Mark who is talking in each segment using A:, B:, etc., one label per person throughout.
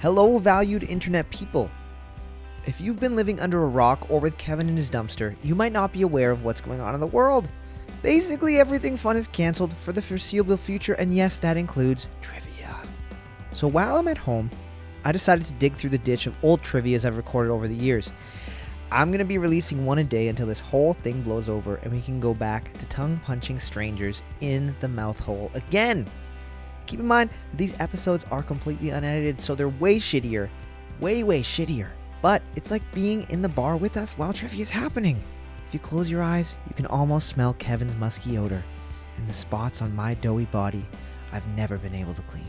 A: Hello, valued internet people. If you've been living under a rock or with Kevin in his dumpster, you might not be aware of what's going on in the world. Basically, everything fun is canceled for the foreseeable future, and yes, that includes trivia. So while I'm at home, I decided to dig through the ditch of old trivias I've recorded over the years. I'm going to be releasing one a day until this whole thing blows over and we can go back to tongue punching strangers in the mouth hole again. Keep in mind that these episodes are completely unedited, so they're way shittier. Way, way shittier. But it's like being in the bar with us while trivia is happening. If you close your eyes, you can almost smell Kevin's musky odor and the spots on my doughy body I've never been able to clean.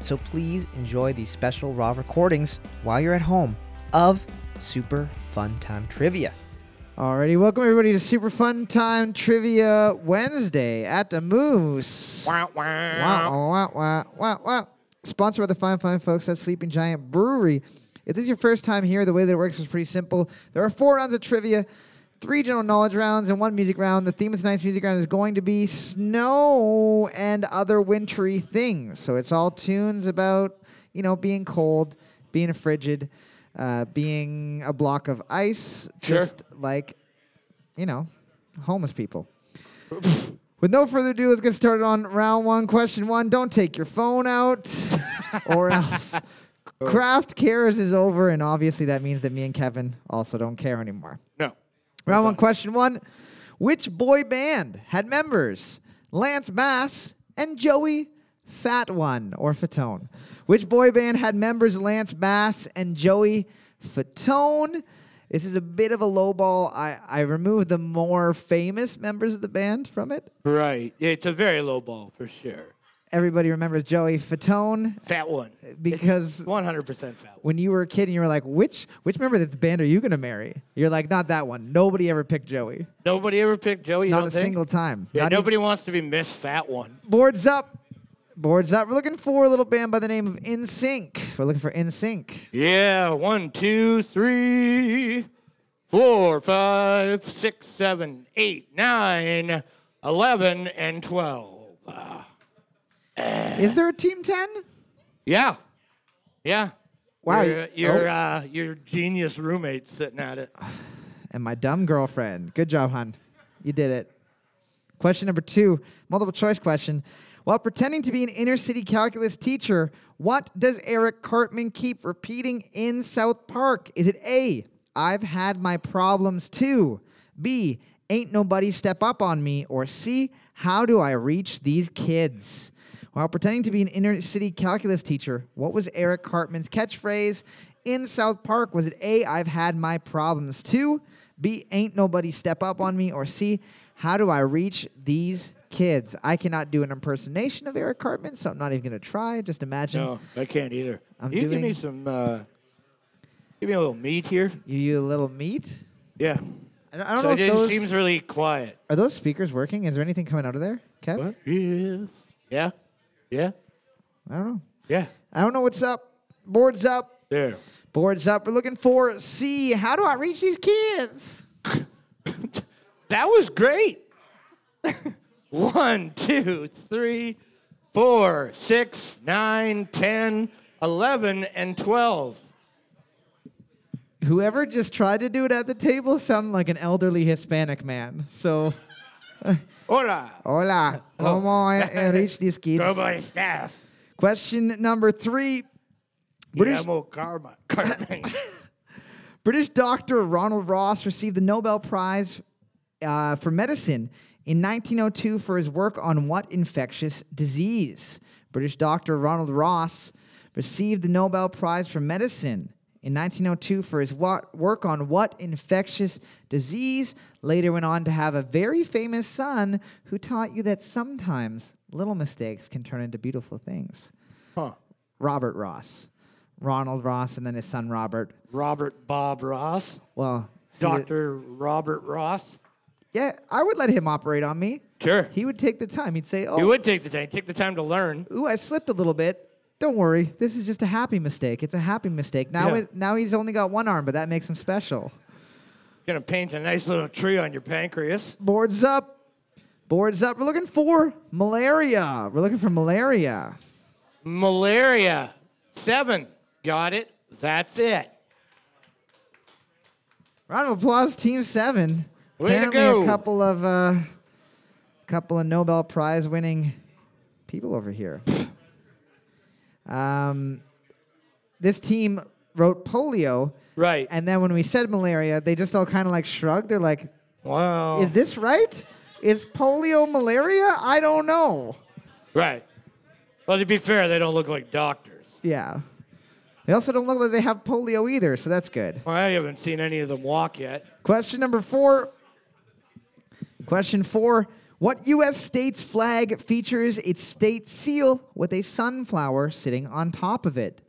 A: So please enjoy these special raw recordings while you're at home of Super Fun Time Trivia. Alrighty, welcome everybody to Super Fun Time Trivia Wednesday at the Moose. Wow, wow, wow, wow, wow. Sponsored by the fine, fine folks at Sleeping Giant Brewery. If this is your first time here, the way that it works is pretty simple. There are four rounds of trivia, three general knowledge rounds, and one music round. The theme of tonight's music round is going to be snow and other wintry things. So it's all tunes about, you know, being cold, being a frigid, uh, being a block of ice,
B: Sure.
A: just like, you know, homeless people. With no further ado, let's get started on round one. Question one Don't take your phone out, or else Craft Cares is over, and obviously that means that me and Kevin also don't care anymore.
B: No.
A: Round one, question one Which boy band had members Lance Bass and Joey Fat One, or Fatone? Which boy band had members Lance Bass and Joey Fatone? This is a bit of a lowball. I, I removed the more famous members of the band from it.
B: Right. Yeah, it's a very low ball for sure.
A: everybody remembers Joey Fatone
B: Fat one.
A: because
B: One hundred percent fat one.
A: when you were a kid and you were like, which which member of this band are you gonna marry? You're like, not that one. Nobody ever picked Joey.
B: Nobody ever picked Joey. you
A: Not
B: don't
A: a
B: think?
A: single time.
B: Yeah,
A: Not even-
B: nobody wants to be Miss Fat One.
A: boards up. Boards up. We're looking for a little band by the name of In Sync. We're looking for In Sync.
B: Yeah. One, two, three, four, five, six, seven, eight, nine, eleven, and twelve. Ah.
A: Is there a Team Ten?
B: yeah. Yeah.
A: Wow,
B: Your
A: you-
B: your,
A: oh.
B: uh, your genius roommate sitting at it.
A: And my dumb girlfriend. Good job, hun. You did it. Question number two, multiple choice question. While pretending to be an inner city calculus teacher, what does Eric Cartman keep repeating in South Park? Is it A, I've had my problems too? B, ain't nobody step up on me? Or C, how do I reach these kids? While pretending to be an inner city calculus teacher, what was Eric Cartman's catchphrase in South Park? Was it A, I've had my problems too? B, ain't nobody step up on me? Or C, how do I reach these kids? I cannot do an impersonation of Eric Cartman, so I'm not even going to try. Just imagine
B: No, I can't either.
A: I'm
B: you give me
A: doing-
B: some. Uh, give me a little meat here.
A: you, you a little meat.
B: Yeah.
A: I don't, I don't
B: so it
A: know if
B: just
A: those
B: seems really quiet.
A: are those speakers working. Is there anything coming out of there, Kev?
B: Yes. Yeah. Yeah.
A: I don't know.
B: Yeah.
A: I don't know what's up. Boards up.
B: There.
A: Boards up. We're looking for C. How do I reach these kids?
B: That was great. One, two, three, four, six, nine, ten, eleven, and twelve.
A: Whoever just tried to do it at the table sounded like an elderly Hispanic man. So,
B: Hola.
A: hola,
B: Oh.
A: como I I reach these kids?
B: ¿Cómo estás?
A: Question number three. British,
B: Llamo Karma. Carmen.
A: British doctor Ronald Ross received the Nobel Prize uh, for medicine in 1902 for his work on what infectious disease? British doctor Ronald Ross received the Nobel Prize for medicine in 1902 for his wa- work on what infectious disease. Later went on to have a very famous son who taught you that sometimes little mistakes can turn into beautiful things.
B: huh.
A: Robert Ross, Ronald Ross, and then his son Robert.
B: Robert Bob Ross.
A: Well, see,
B: Dr. Robert Ross.
A: yeah, I would let him operate on me.
B: Sure.
A: He would take the time. He'd say,
B: You
A: "Oh,
B: would take the time. Take the time to learn.
A: ooh, I slipped a little bit. Don't worry. This is just a happy mistake. It's a happy mistake. Now,
B: Yeah.
A: it- now he's only got one arm, but that makes him special."
B: Gonna paint a nice little tree on your pancreas.
A: Boards up. Boards up. We're looking for malaria. We're looking for malaria.
B: Malaria. Seven, Got it? That's it.
A: Round of applause, Team Seven.
B: Way to
A: Apparently,
B: go.
A: a couple of uh, couple of Nobel Prize winning people over here. um, this team wrote polio,
B: Right.
A: and then when we said malaria, they just all kind of like shrugged. They're like,
B: wow.
A: "Is this right? Is polio malaria? I don't know."
B: right. Well, to be fair, they don't look like doctors.
A: Yeah. They also don't look like they have polio either, so that's good.
B: I haven't seen any of them walk yet.
A: Question number four. Question four. What U.S. state's flag features its state seal with a sunflower sitting on top of it?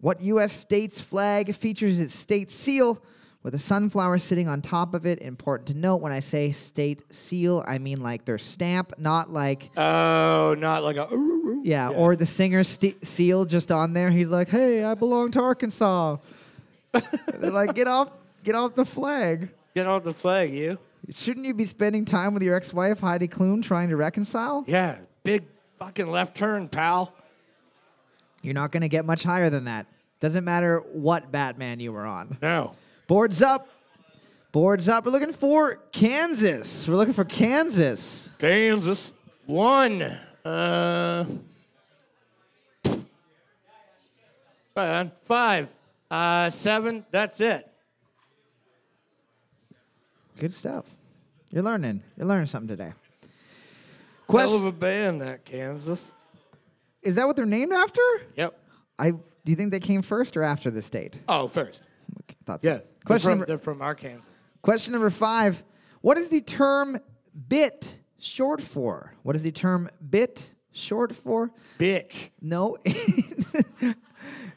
A: What U.S. state's flag features its state seal with a sunflower sitting on top of it? Important to note when I say state seal, I mean like their stamp, not like,
B: Oh, not like a.
A: yeah, or the singer's st- seal just on there. He's like, hey, I belong to Arkansas. They're like, get off, get off the flag.
B: Get on the flag, you.
A: Shouldn't you be spending time with your ex-wife Heidi Klum trying to reconcile?
B: Yeah, big fucking left turn, pal.
A: You're not going to get much higher than that. Doesn't matter what Batman you were on.
B: No.
A: Boards up. Boards up. We're looking for Kansas. We're looking for Kansas.
B: Kansas one. Uh, right on. five, uh, seven. That's it.
A: Good stuff. You're learning. You're learning something today.
B: Hell
A: Question
B: of a band that Kansas.
A: Is that what they're named after?
B: Yep.
A: I do you think they came first or after this date?
B: Oh, first.
A: Okay, thought so.
B: Yeah. They're
A: Question
B: from,
A: number,
B: they're from Arkansas.
A: Question number five. What is the term bit short for? What is the term bit short for?
B: Bitch.
A: No.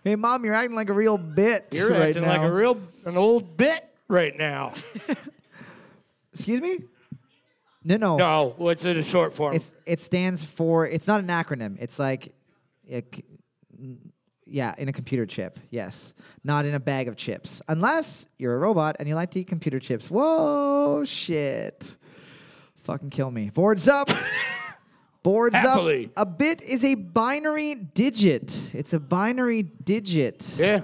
A: hey, mom, you're acting like a real bit
B: You're
A: right
B: acting
A: now.
B: like a real an old bit right now.
A: Excuse me? No, no.
B: no, what's it a short form?
A: It's, it stands for. It's not an acronym. It's like, it c- n- yeah, in a computer chip. Yes, not in a bag of chips. Unless you're a robot and you like to eat computer chips. Whoa, shit! Fucking kill me. Boards up. Boards
B: Happily.
A: up. A bit is a binary digit. It's a binary digit.
B: yeah.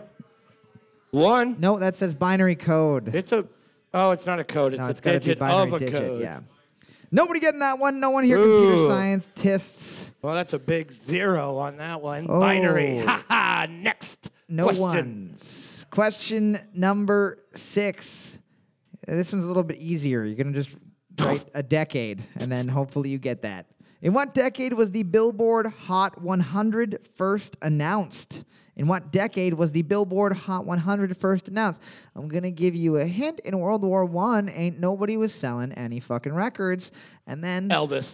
B: One.
A: No, that says binary code.
B: It's a. Oh, it's not a code. It's
A: No,
B: a
A: it's got to be
B: digit
A: binary
B: of a
A: digit.
B: code.
A: Yeah. Nobody getting that one. No one here. Computer
B: Ooh.
A: science tests.
B: Well, that's a big zero on that one.
A: Oh.
B: Binary. Ha ha. Next.
A: No
B: question.
A: ones. Question number six. Uh, This one's a little bit easier. You're gonna just
B: Oh.
A: write a decade, and then hopefully you get that. In what decade was the Billboard Hot 100 first announced? In what decade was the Billboard Hot 100 first announced? I'm gonna give you a hint. In World War One, ain't nobody was selling any fucking records, and then
B: Elvis.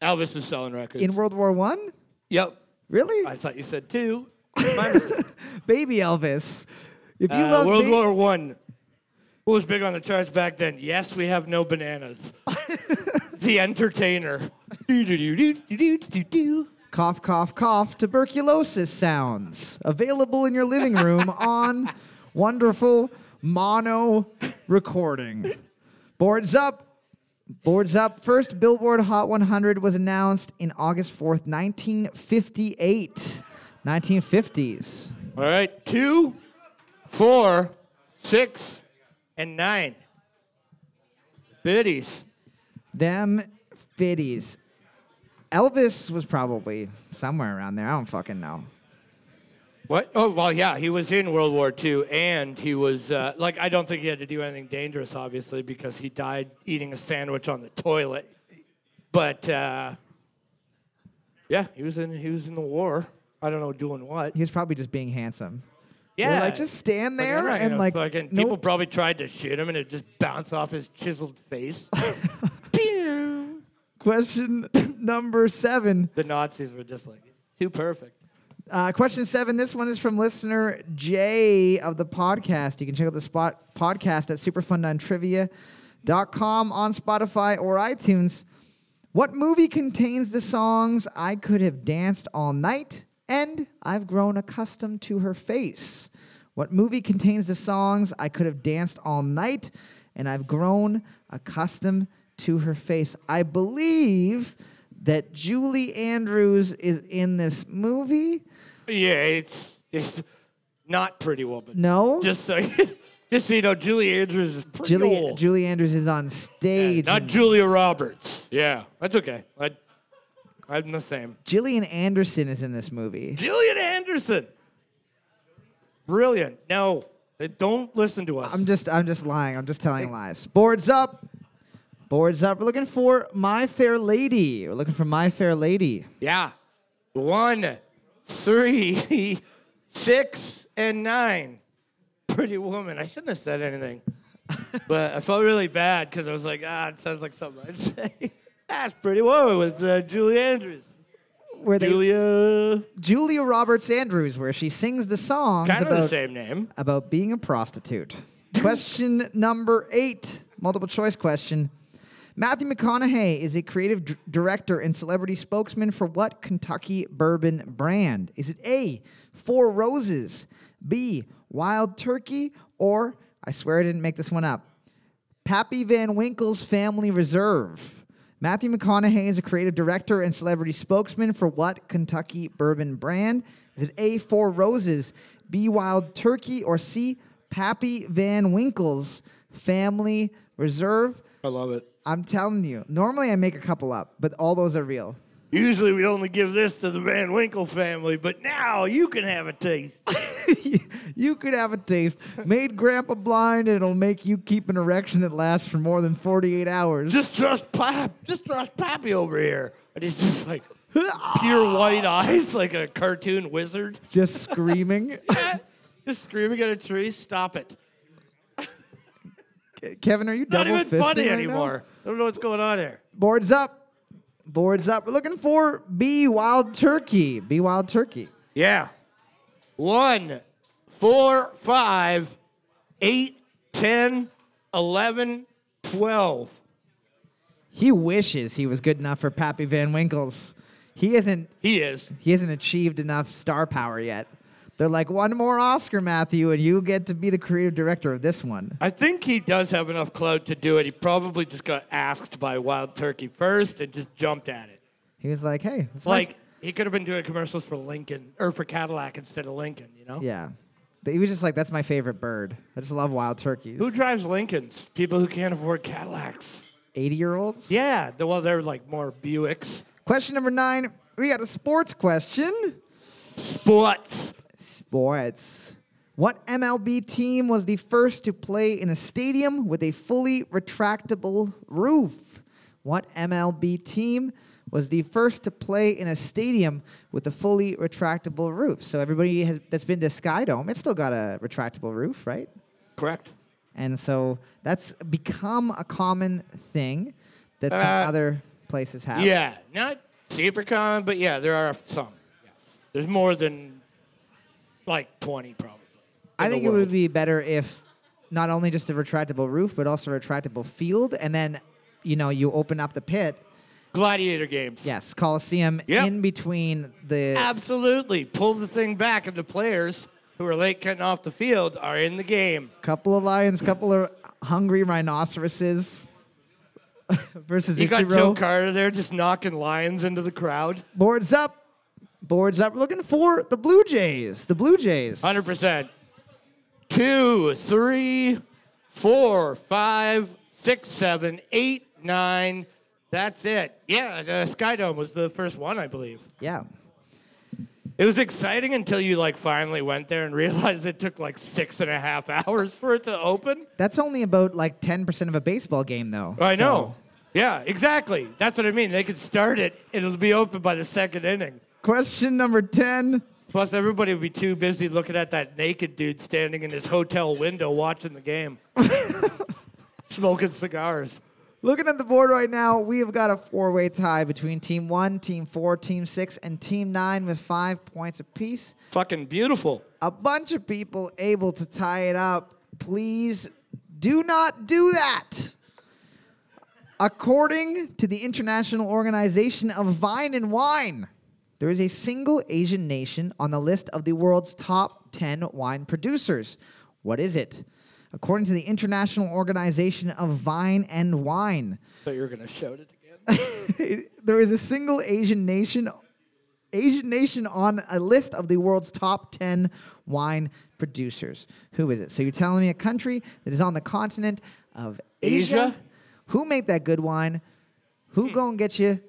B: Elvis is selling records.
A: in World War One,
B: yep.
A: really,
B: I thought you said two. My mistake.
A: baby Elvis. If you
B: Uh,
A: love
B: World
A: ba-
B: War One. Who was big on the charts back then? Yes, we have no bananas. the Entertainer. Doo-doo-doo-doo-doo-doo-doo-doo.
A: Cough, cough, cough. Tuberculosis sounds available in your living room on wonderful mono recording. Boards up. Boards up. First Billboard Hot 100 was announced in August 4th, 1958. 1950s.
B: All right, two, four, six, and nine. Biddies.
A: Them fitties. Elvis was probably somewhere around there. I don't fucking know.
B: What? Oh, well, yeah, he was in World War II, and he was, uh, like, I don't think he had to do anything dangerous, obviously, because he died eating a sandwich on the toilet. But, uh, yeah, he was in, he was in the war. I don't know doing what.
A: He was probably just being handsome. They were
B: Yeah.
A: Like, just stand
B: Like, I'm
A: there
B: not
A: and
B: gonna
A: like.
B: fucking,
A: no-
B: people probably tried to shoot him, and it just bounced off his chiseled face. Pew.
A: Question number seven.
B: the Nazis were just like, too perfect.
A: Uh, question seven. This one is from listener Jay of the podcast. You can check out the spot podcast at superfundontrivia.com on Spotify or iTunes. What movie contains the songs I Could Have Danced All Night and I've Grown Accustomed to Her Face? What movie contains the songs I Could Have Danced All Night and I've Grown Accustomed to Her Face? I believe that Julie Andrews is in this movie.
B: Yeah, it's, it's not Pretty Woman.
A: No?
B: Just so, you, just so you know, Julie Andrews is pretty
A: Julie,
B: old.
A: Julie Andrews is on stage.
B: Not
A: and
B: Julia Roberts. Yeah, that's okay. I, I'm the same.
A: Jillian Anderson is in this movie.
B: Jillian Anderson. Brilliant. No, they don't listen to us.
A: I'm just I'm just lying. I'm just telling lies. Boards up. Boards up. We're looking for My Fair Lady. We're looking for My Fair Lady.
B: yeah. One, three, six, and nine. Pretty woman. I shouldn't have said anything. but I felt really bad because I was like, ah, it sounds like something I'd say. That's Pretty Woman with uh, Julie Andrews.
A: Where they
B: Julia.
A: Julia Roberts Andrews, where she sings the songs
B: Kind of the
A: about
B: same name.
A: about being a prostitute. question number eight, multiple choice question. Matthew McConaughey is a creative d- director and celebrity spokesman for what Kentucky bourbon brand? Is it A, Four Roses, B, Wild Turkey, or, I swear I didn't make this one up, Pappy Van Winkle's Family Reserve? Matthew McConaughey is a creative director and celebrity spokesman for what Kentucky bourbon brand? Is it A, Four Roses, B, Wild Turkey, or C, Pappy Van Winkle's Family Reserve?
B: I love it.
A: I'm telling you. Normally I make a couple up, but all those are real.
B: Usually we'd only give this to the Van Winkle family, but now you can have a taste.
A: you could have a taste. Made grandpa blind and it'll make you keep an erection that lasts for more than 48 hours.
B: Just trust Pop. Just trust Poppy over here. And he's just like pure white eyes, like a cartoon wizard,
A: Just screaming.
B: just screaming at a tree. Stop it.
A: Kevin, are you
B: Not
A: double
B: even
A: fisting
B: funny
A: right now?
B: anymore. I don't know what's going on here.
A: Boards up. Boards up. We're looking for B Wild Turkey. B Wild Turkey.
B: Yeah. One, four, five, eight, ten, eleven, twelve.
A: He wishes he was good enough for Pappy Van Winkle's. He isn't
B: He is.
A: he hasn't achieved enough star power yet. They're like, one more Oscar, Matthew, and you get to be the creative director of this one.
B: I think he does have enough clout to do it. He probably just got asked by Wild Turkey first and just jumped at it.
A: He was like, hey, it's
B: Like he could have been doing commercials for Lincoln or for Cadillac instead of Lincoln, you know?
A: yeah. He was just like, that's my favorite bird. I just love wild turkeys.
B: Who drives Lincolns? People who can't afford Cadillacs.
A: 80 year olds?
B: Yeah, the- well, they're like more Buicks.
A: Question number nine. We got a sports question.
B: Sports.
A: Sports. What MLB team was the first to play in a stadium with a fully retractable roof? What MLB team was the first to play in a stadium with a fully retractable roof? So everybody has, that's been to Skydome, it's still got a retractable roof, right?
B: Correct.
A: And so that's become a common thing that some
B: Uh,
A: other places have.
B: Yeah, not super common, but yeah, there are some. Yeah. There's more than like 20 probably.
A: I
B: in the
A: think it would
B: world.
A: be better if not only just a retractable roof, but also a retractable field, and then you know you open up the pit.
B: Gladiator games.
A: Yes, Coliseum
B: Yep.
A: in between the.
B: Absolutely. Pull the thing back, and the players who are late getting off the field are in the game.
A: Couple of lions, couple of hungry rhinoceroses versus
B: You got Joe
A: Ichiro.
B: Carter there just knocking lions into the crowd.
A: Boards up, boards up. We're looking for the Blue Jays. The Blue Jays.
B: 100%. Two, three, four, five, six, seven, eight, nine. That's it. Yeah, the Skydome was the first one, I believe.
A: Yeah.
B: It was exciting until you like finally went there and realized it took like six and a half hours for it to open.
A: That's only about like 10% of a baseball game, though.
B: I
A: So-
B: know. Yeah, exactly. That's what I mean. They could start it, it'll be open by the second inning.
A: Question number 10.
B: Plus, everybody would be too busy looking at that naked dude standing in his hotel window watching the game, smoking cigars.
A: Looking at the board right now, we have got a four way tie between Team 1, Team 4, Team 6, and Team 9 with five points apiece.
B: Fucking beautiful.
A: A bunch of people able to tie it up. Please do not do that. According to the International Organization of Vine and Wine, there is a single Asian nation on the list of the world's top 10 wine producers. What is it? According to the International Organization of Vine and Wine,
B: So you're gonna shout it again?
A: there is a single Asian nation Asian nation on a list of the world's top 10 wine producers. Who is it? So you're telling me a country that is on the continent of Asia?
B: Asia?
A: Who make that good wine? Who gonna get you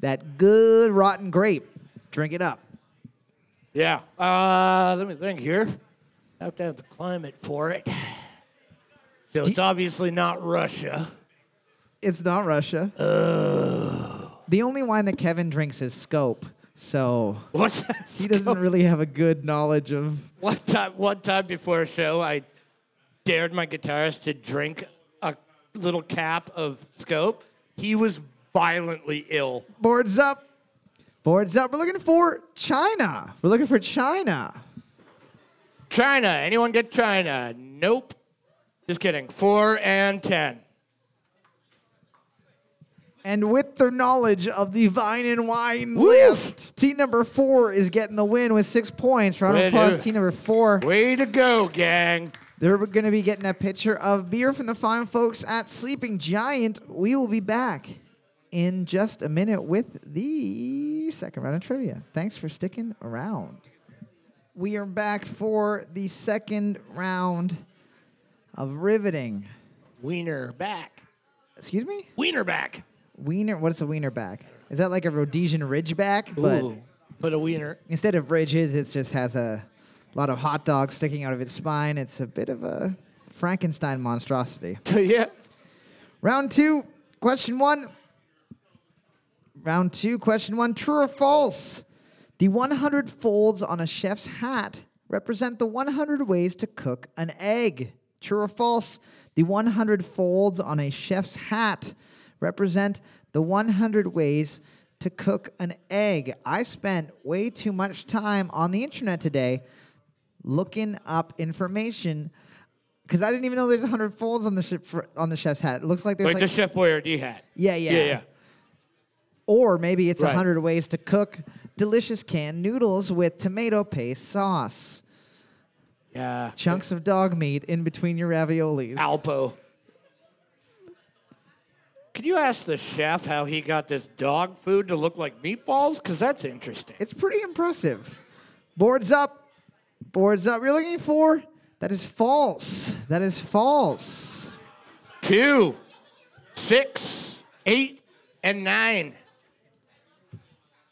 A: that good rotten grape? Drink it up.
B: Yeah. Uh, let me think here. I have to have the climate for it. So it's obviously not Russia.
A: It's not Russia. The only wine that Kevin drinks is Scope, so
B: What's
A: he doesn't really have a good knowledge of.
B: One time, one time before a show, I dared my guitarist to drink a little cap of scope. He was violently ill.
A: Boards up. Boards up. We're looking for China. We're looking for China.
B: China, anyone get China? Nope. Just kidding. Four and ten.
A: And with their knowledge of the vine and wine list, team number four is getting the win with six points. Round of
B: Way to
A: applause,
B: do it.
A: team number four.
B: Way to go, gang.
A: They're going to be getting a pitcher of beer from the fine folks at Sleeping Giant. We will be back in just a minute with the second round of trivia. Thanks for sticking around. We are back for the second round of riveting.
B: Wiener back.
A: Excuse me?
B: Wiener back.
A: Wiener. What's a wiener back? Is that like a Rhodesian ridgeback? But
B: Ooh, put a wiener.
A: instead of ridges, it just has a lot of hot dogs sticking out of its spine. It's a bit of a Frankenstein monstrosity.
B: yeah.
A: Round two, question one. Round two, question one. True or false? The 100 folds on a chef's hat represent the 100 ways to cook an egg. True or false? The 100 folds on a chef's hat represent the 100 ways to cook an egg. I spent way too much time on the internet today looking up information because I didn't even know there's 100 folds on the chef, on the chef's hat. It looks like there's
B: Like,
A: like
B: the Chef Boyardee hat.
A: yeah, yeah.
B: Yeah, yeah.
A: Or maybe it's a
B: Right.
A: 100 ways to cook delicious canned noodles with tomato paste sauce.
B: Yeah.
A: Chunks of dog meat in between your raviolis.
B: Alpo. Could you ask the chef how he got this dog food to look like meatballs? Because that's interesting.
A: It's pretty impressive. Boards up. Boards up. You're looking for? That is false. That is false.
B: Two, six, eight, and nine.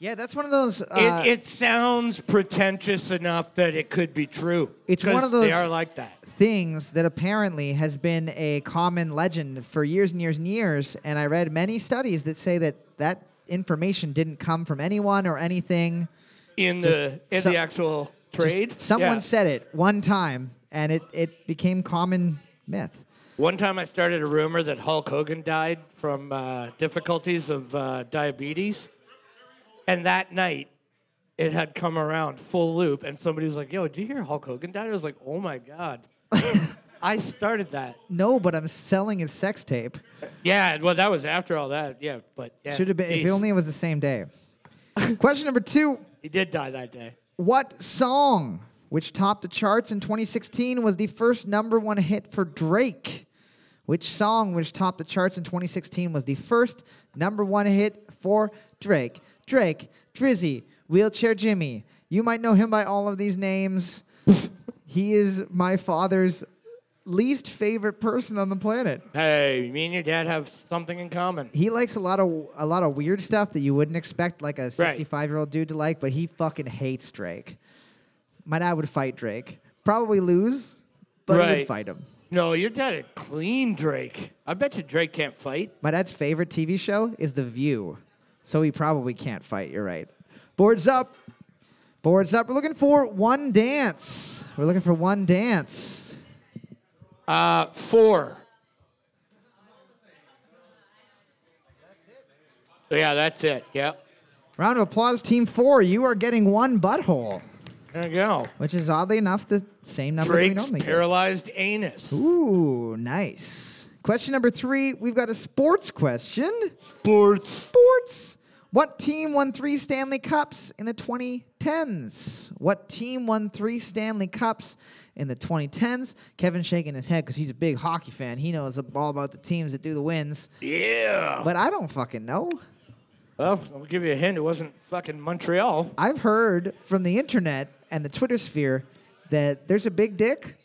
A: Yeah, that's one of those. Uh,
B: it, it sounds pretentious enough that it could be true.
A: It's one
B: 'Cause
A: of
B: They
A: those-
B: are like that.
A: things that apparently has been a common legend for years and years and years and i read many studies that say that that information didn't come from anyone or anything
B: In
A: Just
B: the in
A: some-
B: the actual
A: Just
B: trade.
A: someone
B: Yeah.
A: said it one time and it, it became common myth
B: One time I started a rumor that Hulk Hogan died from uh, difficulties of uh, diabetes. And that night, it had come around full loop, and somebody was like, Yo, did you hear Hulk Hogan died? I was like, Oh my God. I started that.
A: no but i'm selling his sex tape
B: Yeah, well, that was after all that. Yeah, but. Yeah,
A: should have been if
B: geez.
A: only it was the same day question number two
B: He did die that day.
A: What song, which topped the charts in 2016, was the first number one hit for Drake? Which song, which topped the charts in 2016, was the first number one hit for Drake? Drake, Drizzy, Wheelchair Jimmy. You might know him by all of these names. he is my father's least favorite person on the planet.
B: Hey, me and your dad have something in common.
A: He likes a lot of a lot of weird stuff that you wouldn't expect like a 65-year-old dude to like, but he fucking hates Drake. My dad would fight Drake. Probably lose, but he would
B: Right.
A: fight him.
B: No, your dad is clean Drake. I bet you Drake can't fight.
A: My dad's favorite TV show is The View. So he probably can't fight, you're right. Boards up. Boards up. We're looking for one dance. We're looking for one dance.
B: Uh, four. Yeah, that's it. Yep.
A: Round of applause, team four. You are getting one butthole,
B: There you go.
A: which is oddly enough the same number that we
B: Drake's
A: normally get.
B: paralyzed anus.
A: Ooh, nice. Question number three. We've got a sports question.
B: Sports.
A: Sports. What team won three Stanley Cups in the 2010s? What team won three Stanley Cups in the 2010s? Kevin shaking his head because he's a big hockey fan. He knows all about the teams that do the wins,
B: Yeah.
A: but I don't fucking know.
B: Well, I'll give you a hint. It wasn't fucking Montreal.
A: I've heard from the internet and the Twitter sphere that there's a big dick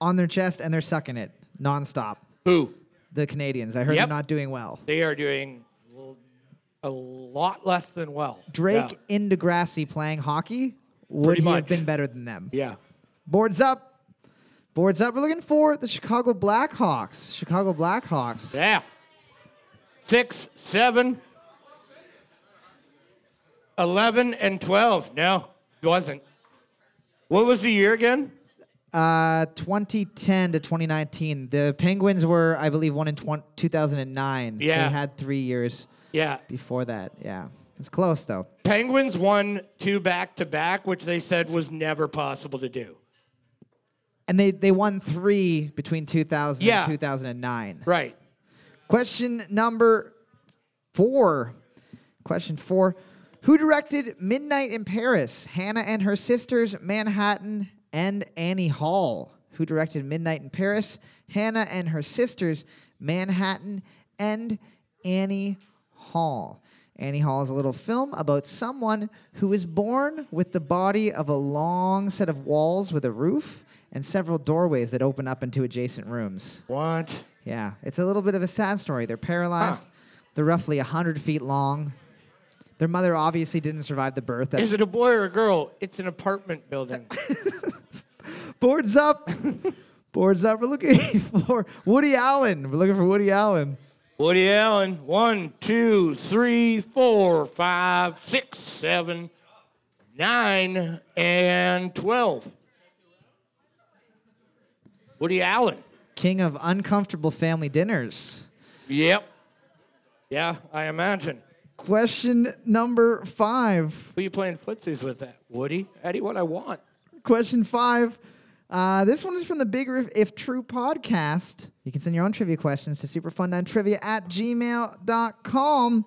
A: on their chest and they're sucking it nonstop.
B: Who?
A: The Canadians. I heard
B: Yep.
A: they're not doing well.
B: They are doing l- a lot less than well.
A: Drake in Degrassi playing hockey would
B: Pretty
A: he
B: much.
A: have been better than them.
B: Yeah. yeah.
A: Boards up. Boards up. We're looking for the Chicago Blackhawks. Chicago Blackhawks.
B: Yeah. Six, seven, 11, and 12. No, it wasn't. What was the year again?
A: Uh, 2010 to 2019. The Penguins were, I believe, one in 20, 2009.
B: Yeah.
A: They had three years
B: Yeah.
A: before that. Yeah. It's close, though.
B: Penguins won two back to back, which they said was never possible to do.
A: And they, they won three between 2000
B: Yeah.
A: and 2009.
B: Right.
A: Question number four. Question four. Who directed Midnight in Paris? Hannah and her sisters, Manhattan, and Annie Hall. Who directed Midnight in Paris? Hannah and her sisters, Manhattan, and Annie Hall. Annie Hall is a little film about someone who is born with the body of a long set of walls with a roof and several doorways that open up into adjacent rooms.
B: What?
A: Yeah, it's a little bit of a sad story. They're paralyzed. They're roughly 100 feet long. Their mother obviously didn't survive the birth. That's
B: Is it a boy or a girl? It's an apartment building.
A: boards up. boards up. We're looking for Woody Allen. We're looking for Woody Allen.
B: Woody Allen, one, two, three, four, five, six, seven, nine, and 12. Woody Allen.
A: King of uncomfortable family dinners.
B: Yep. Yeah, I imagine.
A: Question number five.
B: Who you playing footsies with that? Woody? Eddie, what I want.
A: Question five. Uh, this one is from the Big If, if True podcast. You can send your own trivia questions to superfundontrivia at gmail.com.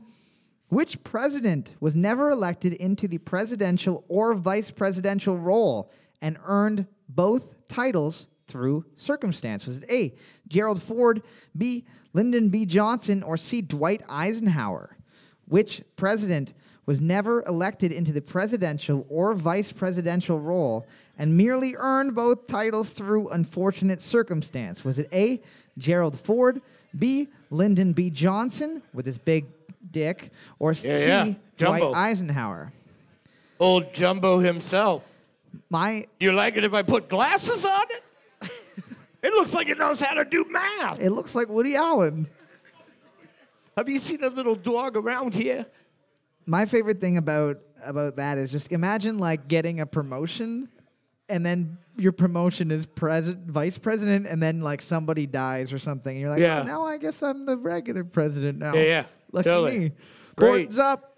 A: Which president was never elected into the presidential or vice presidential role and earned both titles through circumstance? Was it A, Gerald Ford, B, Lyndon B. Johnson, or C, Dwight Eisenhower? Which president was never elected into the presidential or vice presidential role and merely earned both titles through unfortunate circumstance? Was it A, Gerald Ford, B, Lyndon B. Johnson with his big dick, or C,
B: yeah.
A: Dwight
B: Jumbo.
A: Eisenhower?
B: Old Jumbo himself.
A: My,
B: You like it if I put glasses on it? it looks like it knows how to do math.
A: it looks like Woody Allen.
B: Have you seen a little dog around here?
A: My favorite thing about about that is just imagine like getting a promotion, and then your promotion is president, vice president, and then like somebody dies or something, and you're like,
B: Yeah.
A: oh, now I guess I'm the regular president now.
B: Yeah, yeah.
A: Lucky
B: Totally.
A: me.
B: Great.
A: Boards up.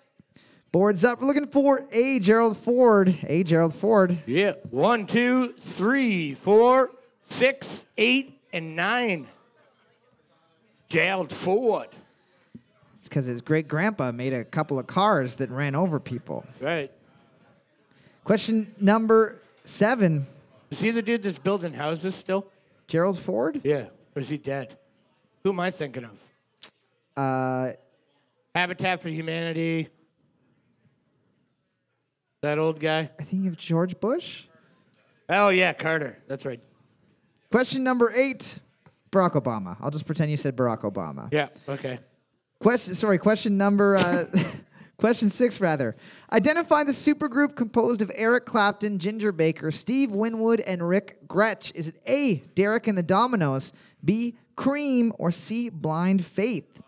A: Boards up. We're looking for a Gerald Ford. A Gerald Ford.
B: Yeah. One, two, three, four, six, eight, and nine. Gerald Ford.
A: It's because his great grandpa made a couple of cars that ran over people.
B: Right.
A: Question number seven
B: Is he the dude that's building houses still?
A: Gerald Ford?
B: Yeah. Or is he dead? Who am I thinking of?
A: Uh,
B: Habitat for Humanity. That old guy?
A: I think you have George Bush.
B: Oh, yeah, Carter. That's right.
A: Question number eight Barack Obama. I'll just pretend you said Barack Obama.
B: Yeah. Okay.
A: Question, sorry, question number, uh, question six rather. Identify the supergroup composed of Eric Clapton, Ginger Baker, Steve Winwood, and Rick Gretsch. Is it A, Derek and the Dominoes, B, Cream, or C, Blind Faith?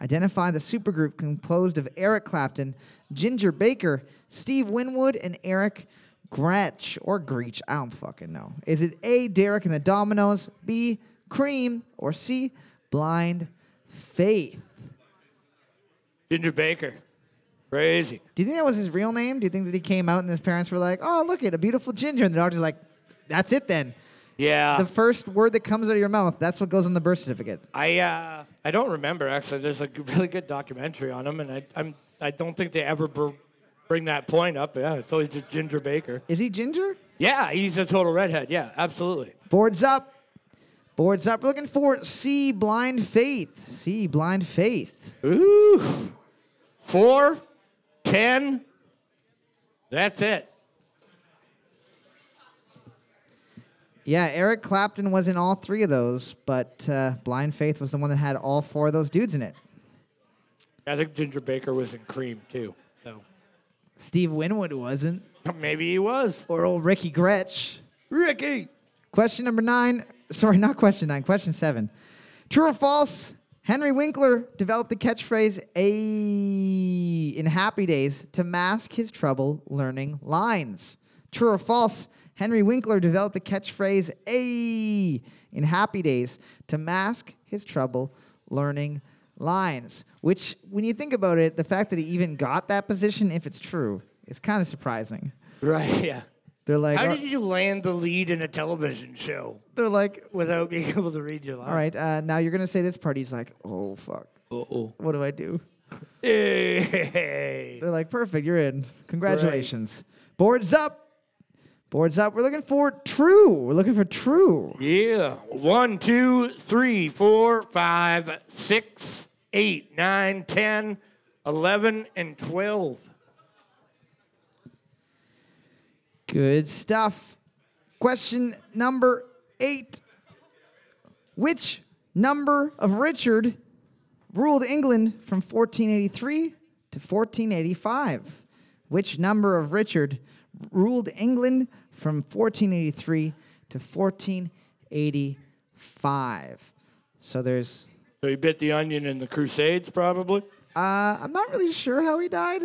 A: Identify the supergroup composed of Eric Clapton, Ginger Baker, Steve Winwood, and Eric Gretsch or Greach. I don't fucking know. Is it A, Derek and the Dominoes, B, Cream, or C, Blind Faith?
B: Ginger Baker. Crazy.
A: Do you think that was his real name? Do you think that he came out and his parents were like, "Oh, look at a beautiful ginger," and the doctor's like, "That's it then."
B: Yeah.
A: The first word that comes out of your mouth, that's what goes on the birth certificate.
B: I uh, I don't remember actually. There's a g- really good documentary on him, and I I'm I don't think they ever br- bring that point up. Yeah, it's always just Ginger Baker.
A: Is he ginger?
B: Yeah, he's a total redhead. Yeah, absolutely.
A: Boards up. Boards up. We're looking for C blind faith. C blind faith.
B: Ooh, four, 10. That's it.
A: Yeah, Eric Clapton was in all three of those, but uh, Blind Faith was the one that had all four of those dudes in it.
B: I think Ginger Baker was in cream too. So
A: Steve Winwood wasn't,
B: maybe he was.
A: or old Ricky Gretsch.
B: Ricky.
A: Question number nine. Sorry, not question nine. Question seven. True or false? Henry Winkler developed the catchphrase "A" in Happy Days to mask his trouble learning lines. True or false? Henry Winkler developed the catchphrase "A" in Happy Days to mask his trouble learning lines. Which, when you think about it, the fact that he even got that position, if it's true, is kind of surprising.
B: Right, yeah.
A: They're like,
B: How did you land the lead in a television show
A: they're like,
B: without being able to read your line?
A: All right, uh, now you're gonna say this part. He's like, oh fuck,
B: Uh-oh.
A: what do I do?
B: Hey.
A: They're like, perfect, you're in. Congratulations. Boards up. Boards up. We're looking for true. We're looking for true.
B: Yeah. One, two, three, four, five, six, eight, nine, ten, eleven, and 12.
A: Good stuff. Question number eight. Which number of Richard ruled England from 1483 to 1485? Which number of Richard ruled England from 1483 to 1485? So there's,
B: So he bit the onion in the Crusades, probably?
A: uh, I'm not really sure how he died.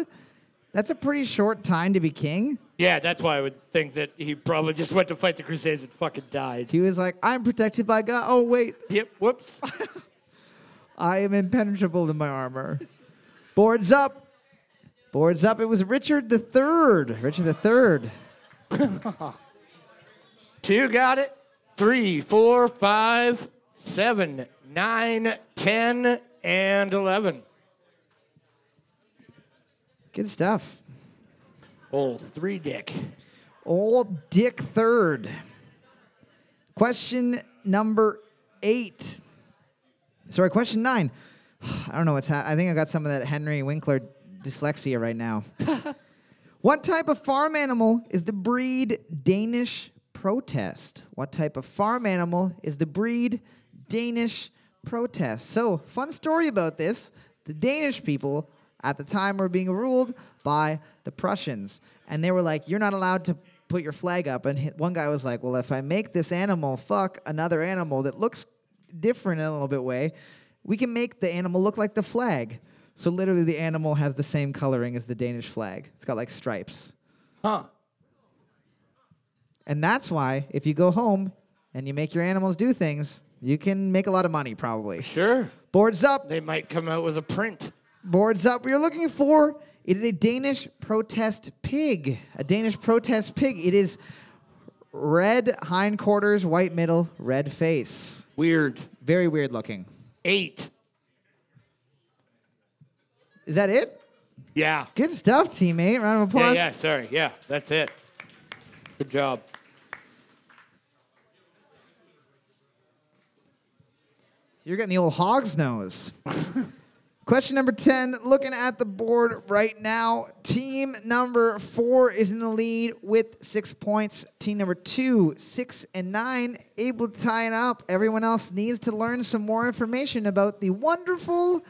A: That's a pretty short time to be king.
B: Yeah, that's why I would think that he probably just went to fight the Crusades and fucking died.
A: He was like, I'm protected by God. Oh, wait,
B: Yep, whoops.
A: I am impenetrable in my armor. Boards up. Boards up. It was Richard the Third. Richard the Third.
B: Two got it. Three, four, five, seven, nine, ten, and eleven.
A: Good stuff.
B: Oh, three dick.
A: Old Dick Third. Question number eight. Sorry, question nine. I don't know what's happening. I think I got some of that Henry Winkler dyslexia right now. what type of farm animal is the breed Danish protest? What type of farm animal is the breed Danish protest? So, fun story about this the Danish people at the time were being ruled by the Prussians, and they were like, You're not allowed to put your flag up. And hi- one guy was like, Well, if I make this animal fuck another animal that looks different in a little bit way, we can make the animal look like the flag. So literally, the animal has the same coloring as the Danish flag. It's got like stripes,
B: Huh.
A: and that's why if you go home and you make your animals do things, you can make a lot of money probably.
B: Sure.
A: Boards up,
B: They might come out with a print.
A: boards up. What you're looking for it is a Danish protest pig. A Danish protest pig. It is red hindquarters, white middle, red face.
B: Weird.
A: Very weird looking.
B: Eight.
A: Is that it?
B: Yeah.
A: Good stuff, teammate. Round of applause.
B: Yeah, yeah, sorry. Yeah, that's it. Good job.
A: You're getting the old hog's nose. Question number 10. Looking at the board right now, team number four is in the lead with six points. Team number two, six and nine, able to tie it up. Everyone else needs to learn some more information about the wonderful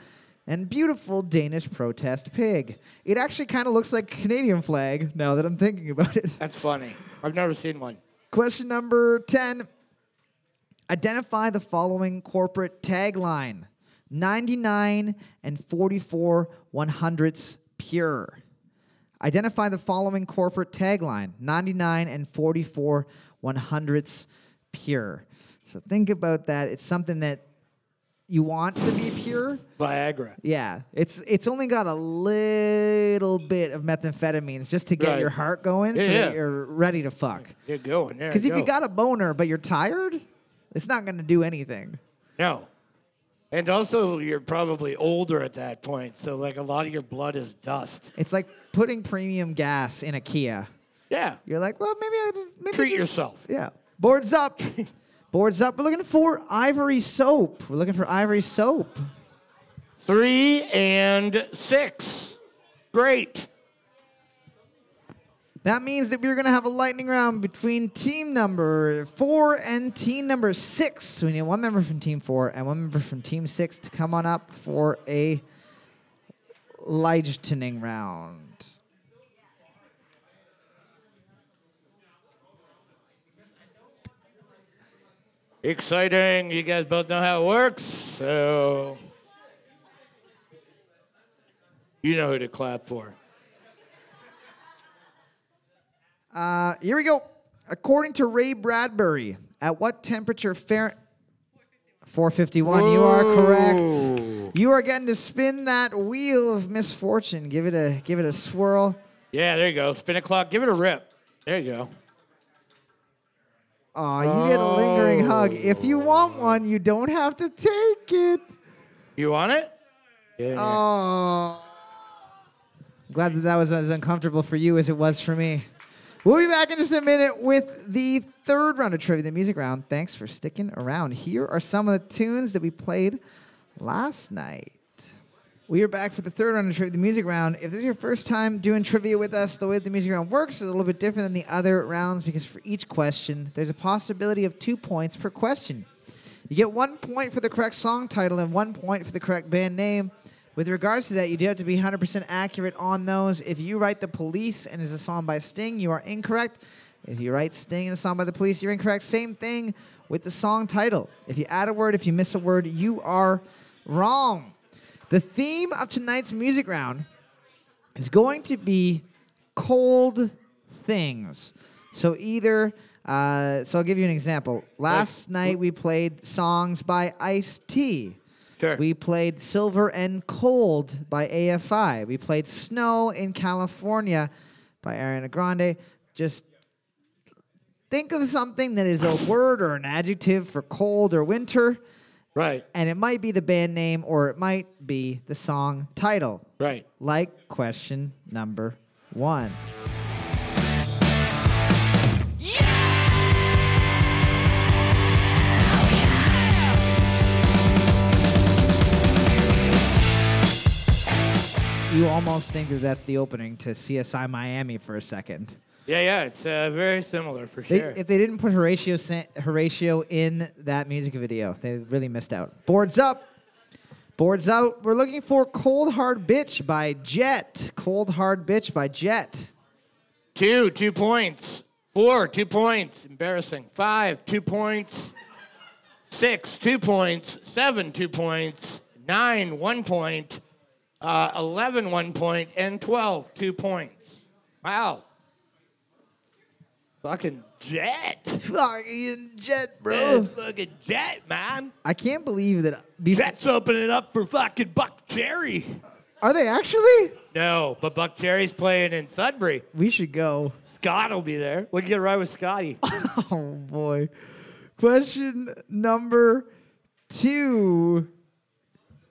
A: and beautiful Danish protest pig. It actually kind of looks like a Canadian flag now that I'm thinking about it.
B: That's funny. I've never seen one.
A: Question number 10 Identify the following corporate tagline 99 and 44 one hundredths pure. Identify the following corporate tagline 99 and 44 one hundredths pure. So think about that. It's something that you want to be pure.
B: Viagra.
A: Yeah, it's it's only got a little bit of methamphetamines just to get
B: Right.
A: your heart going, so
B: Yeah, yeah.
A: that you're ready to fuck.
B: You're going there.
A: Because if
B: go.
A: you got a boner but you're tired, it's not going to do anything.
B: No. And also, you're probably older at that point, so like a lot of your blood is dust.
A: It's like putting premium gas in a Kia.
B: Yeah.
A: You're like, well, maybe I just maybe
B: Treat
A: just-
B: yourself.
A: Yeah. Boards up. Boards up. We're looking for ivory soap. We're looking for ivory soap.
B: Three and six. Great.
A: That means that we're going to have a lightning round between team number four and team number six. So we need one member from team four and one member from team six to come on up for a lightening round.
B: Exciting. You guys both know how it works, so you know who to clap for.
A: Uh, here we go. According to Ray Bradbury, at what temperature Fahrenheit? 451. You are
B: Whoa.
A: correct. You are getting to spin that wheel of misfortune. Give it a give it a swirl.
B: Yeah, there you go. Spin a clock. Give it a rip. There you go.
A: Aw, you get a lingering hug. If you want one, you don't have to take it.
B: You want it? Yeah.
A: Oh. Glad that that was as uncomfortable for you as it was for me. We'll be back in just a minute with the third round of trivia, the music round. Thanks for sticking around. Here are some of the tunes that we played last night. We are back for the third round of trivia, the music round. If this is your first time doing trivia with us, the way that the music round works is a little bit different than the other rounds because for each question, there's a possibility of two points per question. You get one point for the correct song title and one point for the correct band name. With regards to that, you do have to be 100% accurate on those. If you write The Police and is a song by Sting, you are incorrect. If you write Sting and a song by The Police, you're incorrect. Same thing with the song title. If you add a word, if you miss a word, you are wrong. The theme of tonight's music round is going to be cold things. So either, uh, so I'll give you an example. Last night we played songs by Ice T.
B: sure.
A: We played Silver and Cold by AFI. We played Snow in California by Ariana Grande. Just think of something that is a word or an adjective for cold or winter,
B: right.
A: and it might be the band name or it might be the song title
B: Right.
A: like question number one. You almost think that that's the opening to CSI Miami for a second.
B: Yeah, yeah. It's uh, very similar for
A: They,
B: sure.
A: If they didn't put Horatio San- Horatio in that music video, they really missed out. Boards up, boards out. We're looking for "Cold Hard Bitch" by Jet. "Cold Hard Bitch" by Jet.
B: Two, two points. Four, two points. Embarrassing. Five, two points. Six, two points. Seven, two points. Nine, one point. Uh, 11, one point. And 12, two points. Wow. Fucking jet.
A: Fucking Jet,
B: Yeah, Fucking jet, man.
A: I can't believe that. Bef-
B: Jet's opening up for fucking Buck Cherry.
A: Are they actually?
B: No, but Buck Cherry's playing in Sudbury.
A: We should go.
B: Scott will be there. We can get a ride with Scotty.
A: Oh boy. Question number two.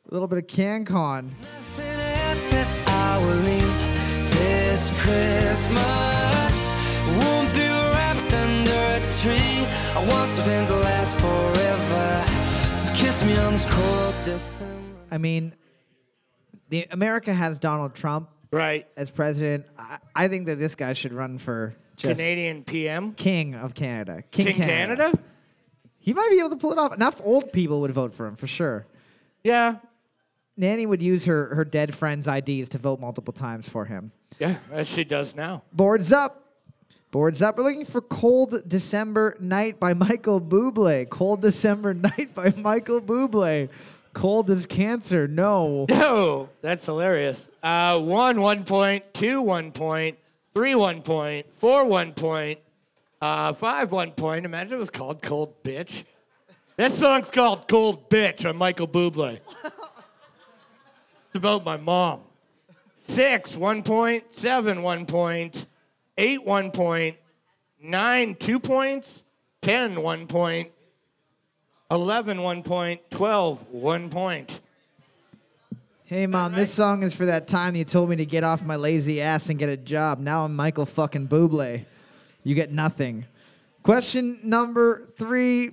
A: A little bit of CanCon.
C: Nothing else that I will need this Christmas won't be wrapped under a tree. I want something to last forever. So kiss me on this cold December.
A: I mean, the America has Donald Trump
B: right.
A: as president. I, I think that this guy should run for just
B: Canadian PM.
A: king of Canada. King,
B: King Canada?
A: He might be able to pull it off. Enough old people would vote for him for sure.
B: Yeah.
A: Nanny would use her, her dead friend's IDs to vote multiple times for him.
B: Yeah, as she does now.
A: Boards up. Boards up. We're looking for Cold December Night by Michael Bublé. Cold December Night by Michael Bublé. Cold is cancer. No.
B: No, that's hilarious. Uh, one, one point, two, one point, three, one point, four, one point, uh, five, one point. Imagine it was called Cold Bitch. That song's called Cold Bitch on Michael Bublé. it's about my mom. Six, one point, seven, one point, eight, one point, nine, two points, ten, one point, eleven, one point, twelve, one point.
A: Hey, mom, this song is for that time you told me to get off my lazy ass and get a job. Now I'm Michael fucking Bublé. You get nothing. Question number three.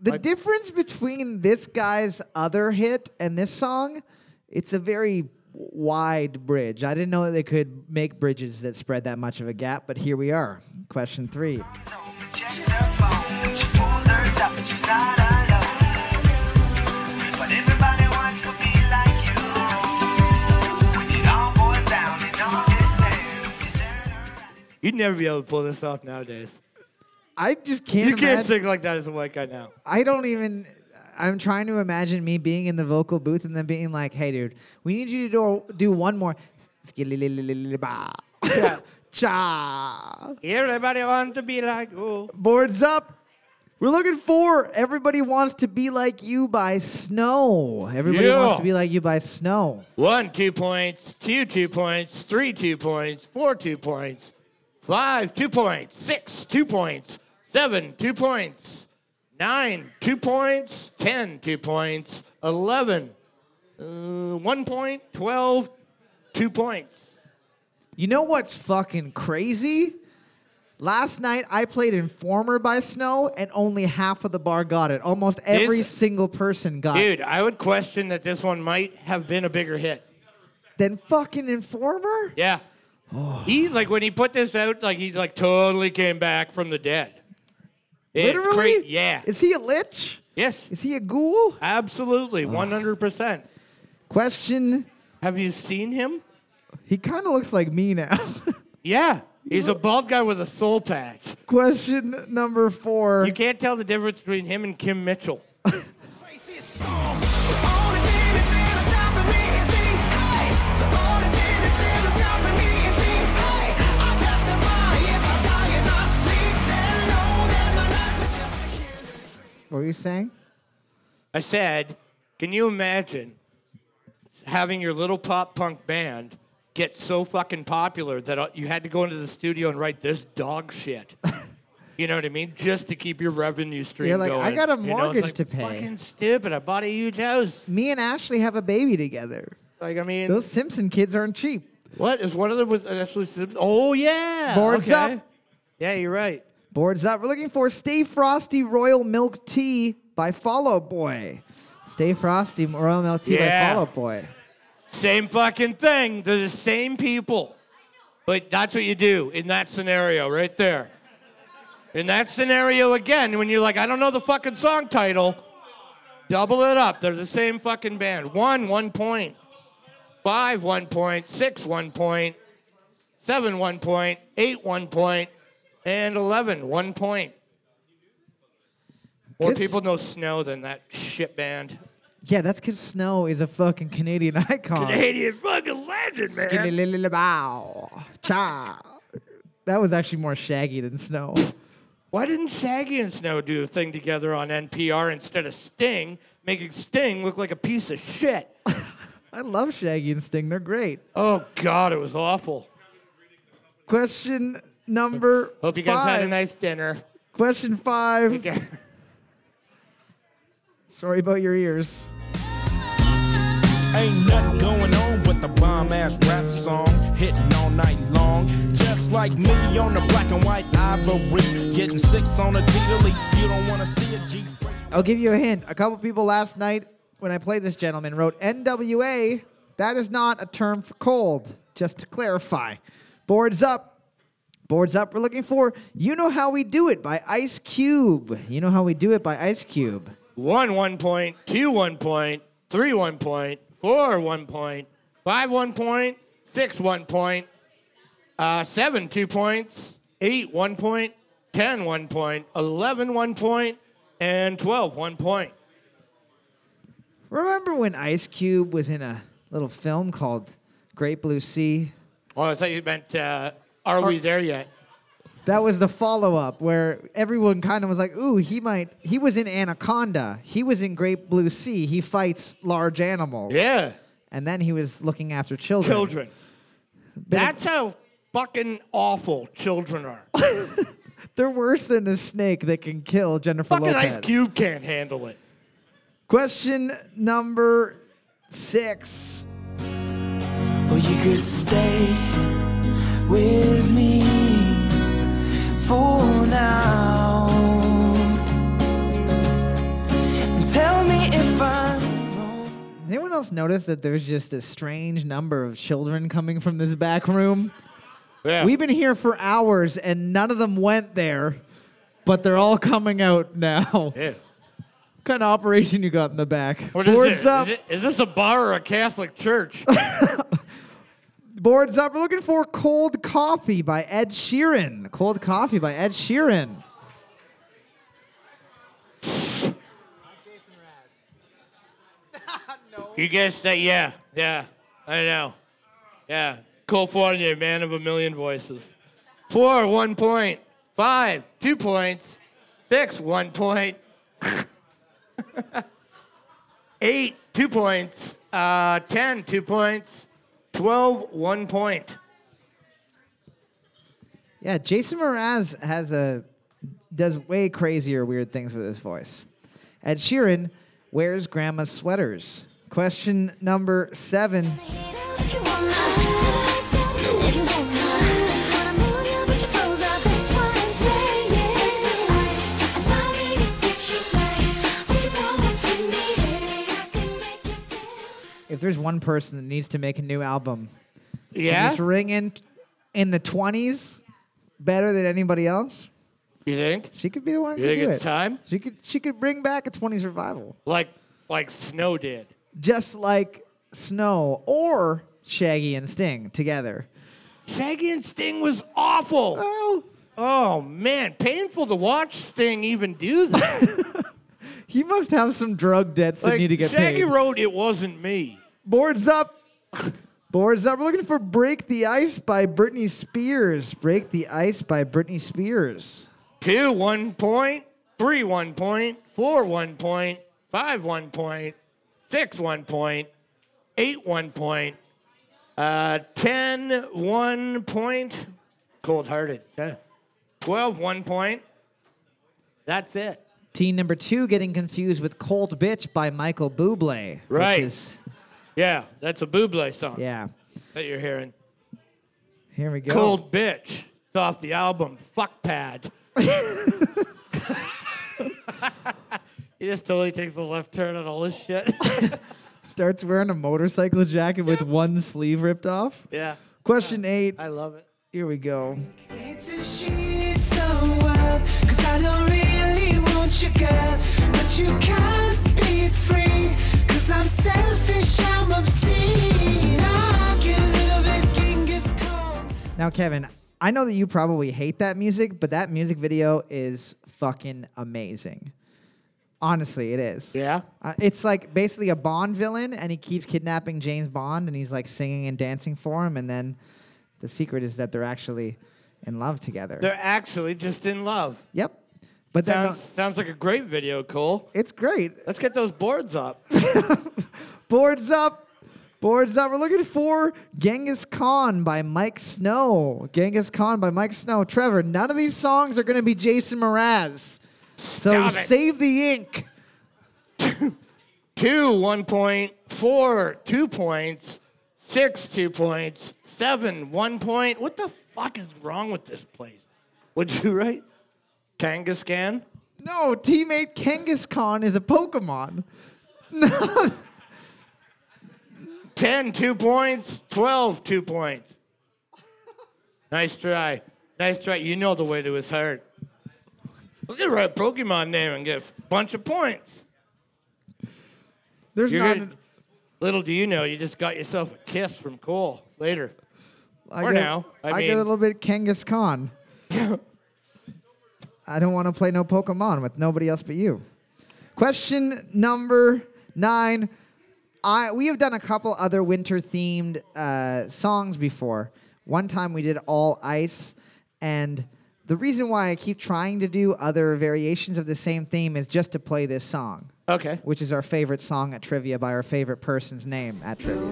A: The difference between this guy's other hit and this song, it's a very wide bridge. I didn't know that they could make bridges that spread that much of a gap, but here we are. Question three.
B: You'd never be able to pull this off nowadays.
A: I just can't
B: You can't
A: imagine-
B: sing like that as a white guy now.
A: I don't even. I'm trying to imagine me being in the vocal booth and then being like, "Hey, dude, we need you to do, do one more." Cha.
B: Everybody wants to be like, oh.
A: Boards up. We're looking for "Everybody Wants to Be Like You" by Snow. Everybody wants
B: Yeah.
A: to be like you by Snow.
B: One, two points, two, two points, three, two points, four, two points, five, two points, six, two points, seven, two points, nine, two points, ten, two points, eleven, uh, one point, twelve, two points.
A: You know what's fucking crazy? Last night I played Informer by Snow, and only half of the bar got it. Almost every
B: Is-
A: single person got it.
B: Dude, I would question that this one might have been a bigger hit.
A: Then fucking Informer.
B: Yeah. He like when he put this out, like he like totally came back from the dead. It's cra-
A: Literally?
B: yeah.
A: Is he a lich?
B: yes.
A: Is he a ghoul?
B: Absolutely, 100%.
A: Question.
B: Have you seen him?
A: He kind of looks like me now.
B: Yeah. He's a bald guy with a soul patch.
A: Question number four.
B: You can't tell the difference between him and Kim Mitchell.
A: What were you saying?
B: I said, Can you imagine having your little pop punk band get so fucking popular that uh, you had to go into the studio and write this dog shit? you know what I mean? Just to keep your revenue stream
A: You're like,
B: going.
A: "I got a
B: You know, it's
A: mortgage
B: like,
A: to pay."
B: Fucking stupid. I bought a huge house.
A: Me and Ashley have a baby together.
B: Like, I mean,
A: Those Simpson kids aren't cheap.
B: what is one of them was actually? Oh yeah.
A: Boards
B: okay.
A: up.
B: Yeah, you're right.
A: Boards up. We're looking for Stay Frosty Royal Milk Tea by Fall Out Boy. Stay Frosty Royal Milk Tea by
B: Yeah.
A: Fall Out Boy.
B: Same fucking thing. They're the same people. But that's what you do in that scenario right there. In that scenario again, when you're like, I don't know the fucking song title, double it up. They're the same fucking band. One, one point. Five, one point. Six, one point. Seven, one point. Eight, one point. And eleven, one point. More
A: Good s-
B: people know Snow than that shit band.
A: Yeah, that's because Snow is a fucking Canadian icon.
B: Canadian fucking legend, man.
A: Skinny lily li- bow. Cha. That was actually more shaggy than Snow.
B: Why didn't Shaggy and Snow do a thing together on NPR instead of Sting, making Sting look like a piece of shit?
A: I love Shaggy and Sting. They're great.
B: Oh God, it was awful.
A: Question number
B: Hope you guys
A: five.
B: had a nice dinner.
A: Question five.
B: Yeah.
A: Sorry about your ears.
D: Ain't nothing going on but the bomb ass rap song hitting all night long. Just like me on the black and white ivory, getting six on a T-to-leap. You don't wanna see a G. break.
A: I'll give you a hint. A couple people last night, when I played this gentleman, wrote NWA. That is not a term for cold, just to clarify. Boards up. Boards up. We're looking for You Know How We Do It by Ice Cube. You Know How We Do It by Ice Cube.
B: One one point, two one point, three one point, four one point, five one point, six one point, uh, seven two points, eight one point, ten one point, eleven one point, and twelve one point.
A: Remember when Ice Cube was in a little film called Great Blue Sea?
B: Oh, I thought you meant, uh, are we there yet?
A: That was the follow up where everyone kind of was like, ooh, he might. He was in Anaconda. He was in Great Blue Sea. He fights large animals.
B: Yeah,
A: And then he was looking after children.
B: children.
A: Bit of-
B: That's how fucking awful children are.
A: they're worse than a snake that can kill Jennifer
B: fucking
A: Lopez.
B: Ice Cube can't handle it.
A: Question number six.
C: Or Oh, you could stay with me for now. And tell me if I'm wrong.
A: Anyone on else notice that there's just a strange number of children coming from this back room?
B: Yeah.
A: We've been here for hours and none of them went there, but they're all coming out now.
B: Yeah.
A: kind of operation you got in the back?
B: What is
A: boards
B: this?
A: up,
B: Is, it- is this a bar or a Catholic church?
A: boards up. We're looking for Cold Coffee by Ed Sheeran. Cold Coffee by Ed Sheeran.
B: you guys that? Yeah, yeah. I know. Yeah. Cole Fournier, man of a million voices. Four, one point. Five, two points. Six, one point. Eight, two points. Uh, ten, two points. Twelve, one point.
A: Yeah, Jason Mraz has a does way crazier weird things with his voice. Ed Sheeran wears grandma's sweaters. Question number seven.
E: If you want my, tell the lights down. If you want my, just wanna move you, but you froze up. That's what I'm saying. I'm not even get you right. What you want to me, I can make you feel.
A: If there's one person that needs to make a new album,
B: Yeah.
A: just ring in in the twenties better than anybody else,
B: You think?
A: she could be the one
B: You
A: to
B: think
A: do
B: it's
A: it.
B: time?
A: She could she could bring back a twenties revival.
B: Like, like Snow did.
A: Just like Snow or Shaggy and Sting together.
B: Shaggy and Sting was awful.
A: Well,
B: Oh man, painful to watch Sting even do that.
A: He must have some drug debts that
B: Like,
A: need to get
B: Shaggy
A: paid.
B: wrote "It Wasn't Me."
A: Boards up. Boards up. We're looking for Break the Ice by Britney Spears. Break the Ice by Britney Spears.
B: Two one point, three one point, four one point, five one point, six one point, eight one point, uh, ten one point, cold hearted. Yeah. Twelve one point. That's it.
A: Team number two getting confused with Cold Bitch by Michael Bublé.
B: Right.
A: Which is,
B: Yeah, that's a Buble song
A: yeah.
B: that you're hearing.
A: Here we go.
B: Cold Bitch. It's off the album Fuck Pad. he just totally takes a left turn on all this shit.
A: Starts wearing a motorcycle jacket with one sleeve ripped off.
B: yeah,
A: Question eight.
B: I love it.
A: Here we go.
C: It's a shit so wild, cause I don't really want you, girl. But you can't be free, cause I'm selfish, I'm obscene. I get a little bit Genghis Khan.
A: Now, Kevin, I know that you probably hate that music, but that music video is fucking amazing. Honestly, it is.
B: Yeah.
A: Uh, it's like basically a Bond villain, and he keeps kidnapping James Bond, and he's like singing and dancing for him. And then the secret is that they're actually in love together.
B: They're actually just in love.
A: yep. But then
B: Sounds, sounds like a great video, Cole.
A: the- it's great.
B: Let's get those boards up.
A: Boards up. Boards up. We're looking for Genghis Khan by Mike Snow. Genghis Khan by Mike Snow. Trevor, none of these songs are going to be Jason Mraz. So
B: Stop it.
A: save the ink.
B: Two, one point. Four, two points. Six, two points. Seven, one point. What the fuck is wrong with this place? Would you write? Kangaskhan?
A: No, teammate Genghis Khan is a Pokemon.
B: 10, two points. 12, two points. nice try. Nice try. You know the way to his heart. We could write a Pokemon name and get a bunch of points.
A: There's
B: You're
A: not.
B: gonna-
A: an-
B: little do you know, you just got yourself a kiss from Cole later.
A: I
B: or
A: get,
B: now.
A: get
B: I mean-
A: a little bit Genghis Khan. I don't want to play no Pokemon with nobody else but you. Question number nine. I we have done a couple other winter themed uh, songs before. One time we did all ice, and the reason why I keep trying to do other variations of the same theme is just to play this song,
B: Okay.
A: which is our favorite song at trivia by our favorite person's name at trivia.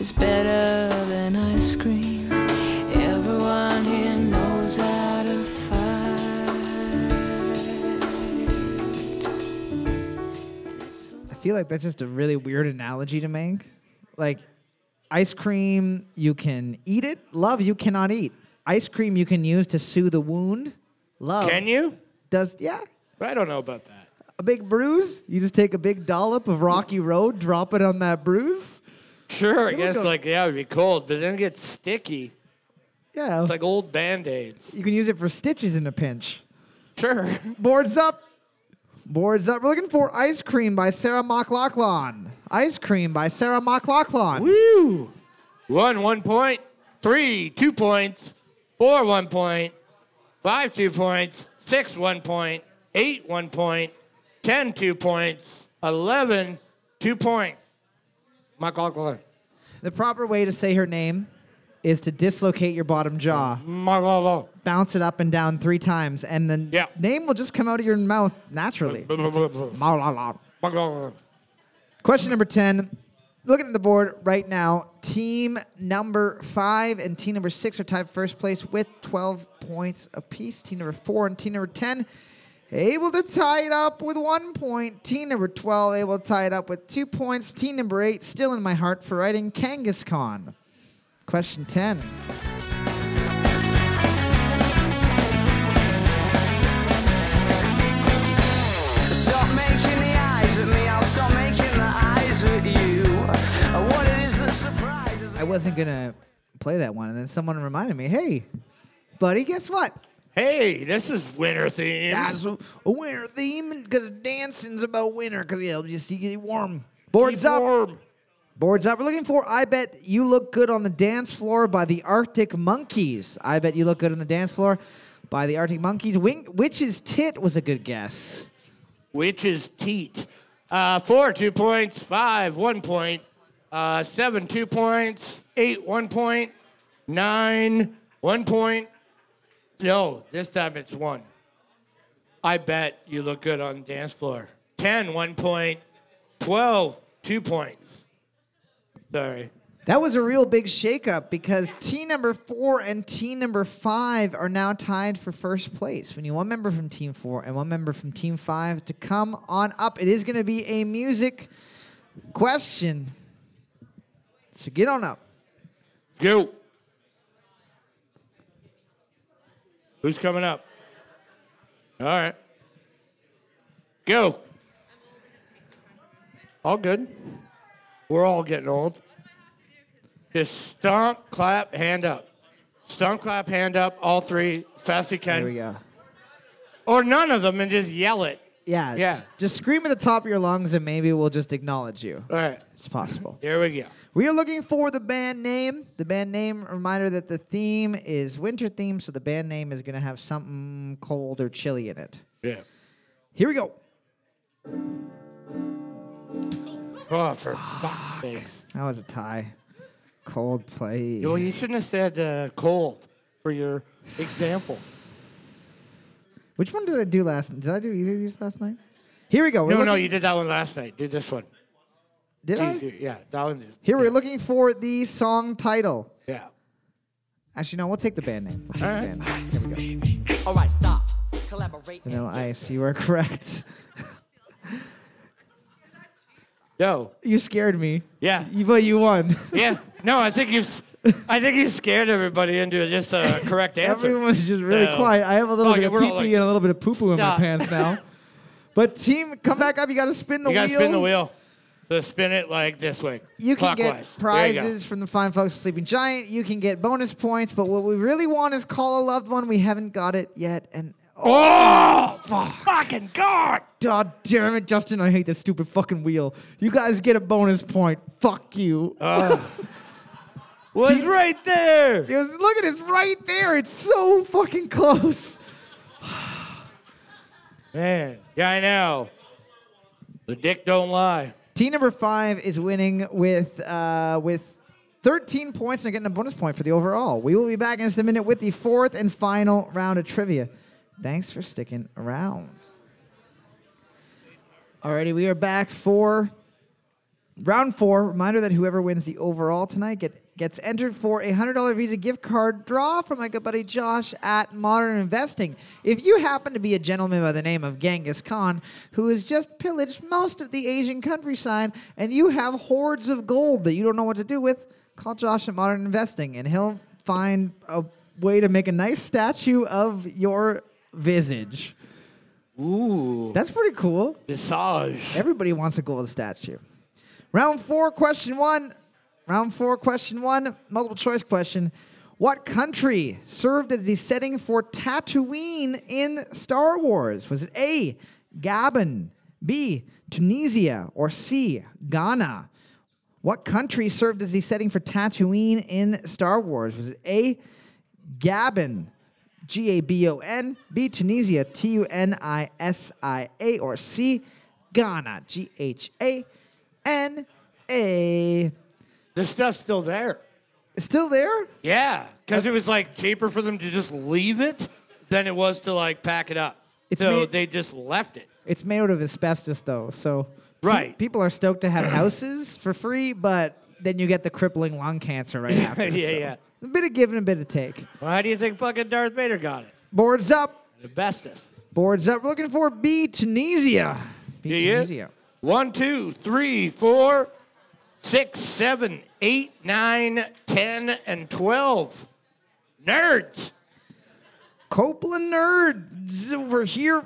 F: It's better than ice cream. Everyone here knows how to fight.
A: I feel like that's just a really weird analogy to make. Like ice cream, you can eat it. Love, you cannot eat. Ice cream, you can use to soothe a wound. Love
B: Can you?
A: does yeah.
B: I don't know about that.
A: a big bruise, you just take a big dollop of Rocky Road, drop it on that bruise.
B: Sure, I
A: It'll
B: guess
A: go-
B: like yeah, it'd be cold, but then it gets sticky.
A: Yeah,
B: It's like old band-aids.
A: you can use it for stitches in a pinch.
B: Sure.
A: Boards up. Boards up. We're looking for Ice Cream by Sarah McLachlan. Ice Cream by Sarah McLachlan.
B: Woo! One one point, three two points, four one point, five two points, six one point, eight one point, ten two points, eleven two points. Michael Alcorn.
A: The proper way to say her name is to dislocate your bottom jaw,
B: Michael
A: bounce it up and down three times, and the
B: Yeah.
A: name will just come out of your mouth naturally.
B: Alcorn.
A: Ma la la.
B: Michael Alcorn.
A: Question number 10. Looking at the board right now, team number five and team number six are tied first place with 12 points apiece. Team number four and team number 10 able to tie it up with one point. Team number 12 able to tie it up with two points. Team number eight still in my heart for writing Kangaskhan. Question 10.
C: Stop making the eyes at me, I'll stop making the eyes at you. What it is that surprises me.
A: I wasn't going to play that one, and then someone reminded me hey, buddy, guess what?
B: Hey, this is winter theme.
A: That's a, a winter theme because dancing's about winter because you know, just you get warm. Boards up,
B: Warm.
A: boards up. We're looking for "I Bet You Look Good on the Dance Floor" by the Arctic Monkeys. "I Bet You Look Good on the Dance Floor" by the Arctic Monkeys. Wing, Witch's tit was a good guess.
B: which is teat. Uh, four, two points, five, one point, uh, seven, two points, eight, one point, nine, one point. No, this time it's one. I bet you look good on the dance floor. Ten, one point, twelve, two points. Sorry.
A: That was a real big shakeup because team number four and team number five are now tied for first place. We need one member from team four and one member from team five to come on up. It is going to be a music question. So get on up.
B: Go. Who's coming up? All right. Go. All good. We're all getting old. Just stomp, clap, hand up. Stomp, clap, hand up, all three, fast you
A: There we
B: can.
A: go.
B: Or none of them and just yell it.
A: Yeah.
B: Yeah.
A: j- Just scream at the top of your lungs and maybe we'll just acknowledge you.
B: All right.
A: It's possible.
B: There we go.
A: We are looking for the band name. The band name, reminder that the theme is winter theme, so the band name is going to have something cold or chilly in it.
B: Yeah.
A: Here we go.
B: Oh, for fuck's sake.
A: That was a tie. Coldplay.
B: Well, you shouldn't have said uh, cold for your example.
A: Which one did I do last? Did I do either of these last night? Here we go. We're
B: no, no,
A: looking-
B: you did that one last night. Do this one.
A: did
B: Jeez,
A: I?
B: you- Yeah, that one.
A: Here we're looking for the song title.
B: Yeah.
A: Actually, no, we'll take the band name. We'll take the band name. Here we go.
C: Alright, stop. Collaborate.
A: Vanilla Ice. You are correct.
B: No.
A: you scared me,
B: Yeah.
A: You- but you won.
B: Yeah. No, I think you. s- I think you scared everybody into just a correct answer.
A: Everyone was just really
B: No.
A: quiet. I have a little
B: Oh,
A: bit
B: yeah,
A: of
B: we're all
A: pee pee
B: like,
A: and a little bit of poo poo in my
B: "Stop."
A: pants now. But team, come back up. You got to spin the
B: you gotta
A: wheel.
B: spin the wheel. So spin it like this way.
A: You can
B: clockwise.
A: get
B: There you go.
A: prizes from the fine folks at Sleeping Giant. You can get bonus points, but what we really want is call a loved one. We haven't got it yet. And oh,
B: Oh, fucking god!
A: God damn it, Justin, I hate this stupid fucking wheel. You guys get a bonus point. Fuck you.
B: Oh. Was right there.
A: It was- look at it, it's right there. It's so fucking close.
B: Man. Yeah, I know. The dick don't lie.
A: Team number five is winning with uh, with 13 points and getting a bonus point for the overall. We will be back in just a minute with the fourth and final round of trivia. Thanks for sticking around. Alrighty, we are back for round four. Reminder that whoever wins the overall tonight get, gets entered for a $100 Visa gift card draw from my good buddy Josh at Modern Investing. If you happen to be a gentleman by the name of Genghis Khan, who has just pillaged most of the Asian countryside, and you have hordes of gold that you don't know what to do with, call Josh at Modern Investing, and he'll find a way to make a nice statue of your visage.
B: Ooh,
A: That's pretty cool.
B: visage.
A: Everybody wants a gold statue. Round four, question one. Round four, question one, multiple choice question. What country served as the setting for Tatooine in Star Wars? Was it A, Gabon, B, Tunisia, or C, Ghana? What country served as the setting for Tatooine in Star Wars? Was it A, Gabon, G A B O N, B Tunisia, T U N I S I A, or C Ghana, G H A N A.
B: The stuff's still there.
A: Still there?
B: Yeah, because it was like cheaper for them to just leave it than it was to like pack it up.
A: It's
B: so
A: made-
B: they just left it.
A: It's made out of asbestos, though, so pe-
B: Right.
A: people are stoked to have houses for free, but then you get the crippling lung cancer right after.
B: Yeah,
A: so.
B: yeah.
A: A bit of give and a bit of take.
B: Well, how do you think fucking Darth Vader got it?
A: Boards up.
B: The bestest.
A: Boards up. We're looking for B Tunisia. B
B: Yeah, yeah.
A: Tunisia.
B: One, two, three, four, six, seven, eight, nine, ten, and twelve. Nerds.
A: Copeland nerds over here.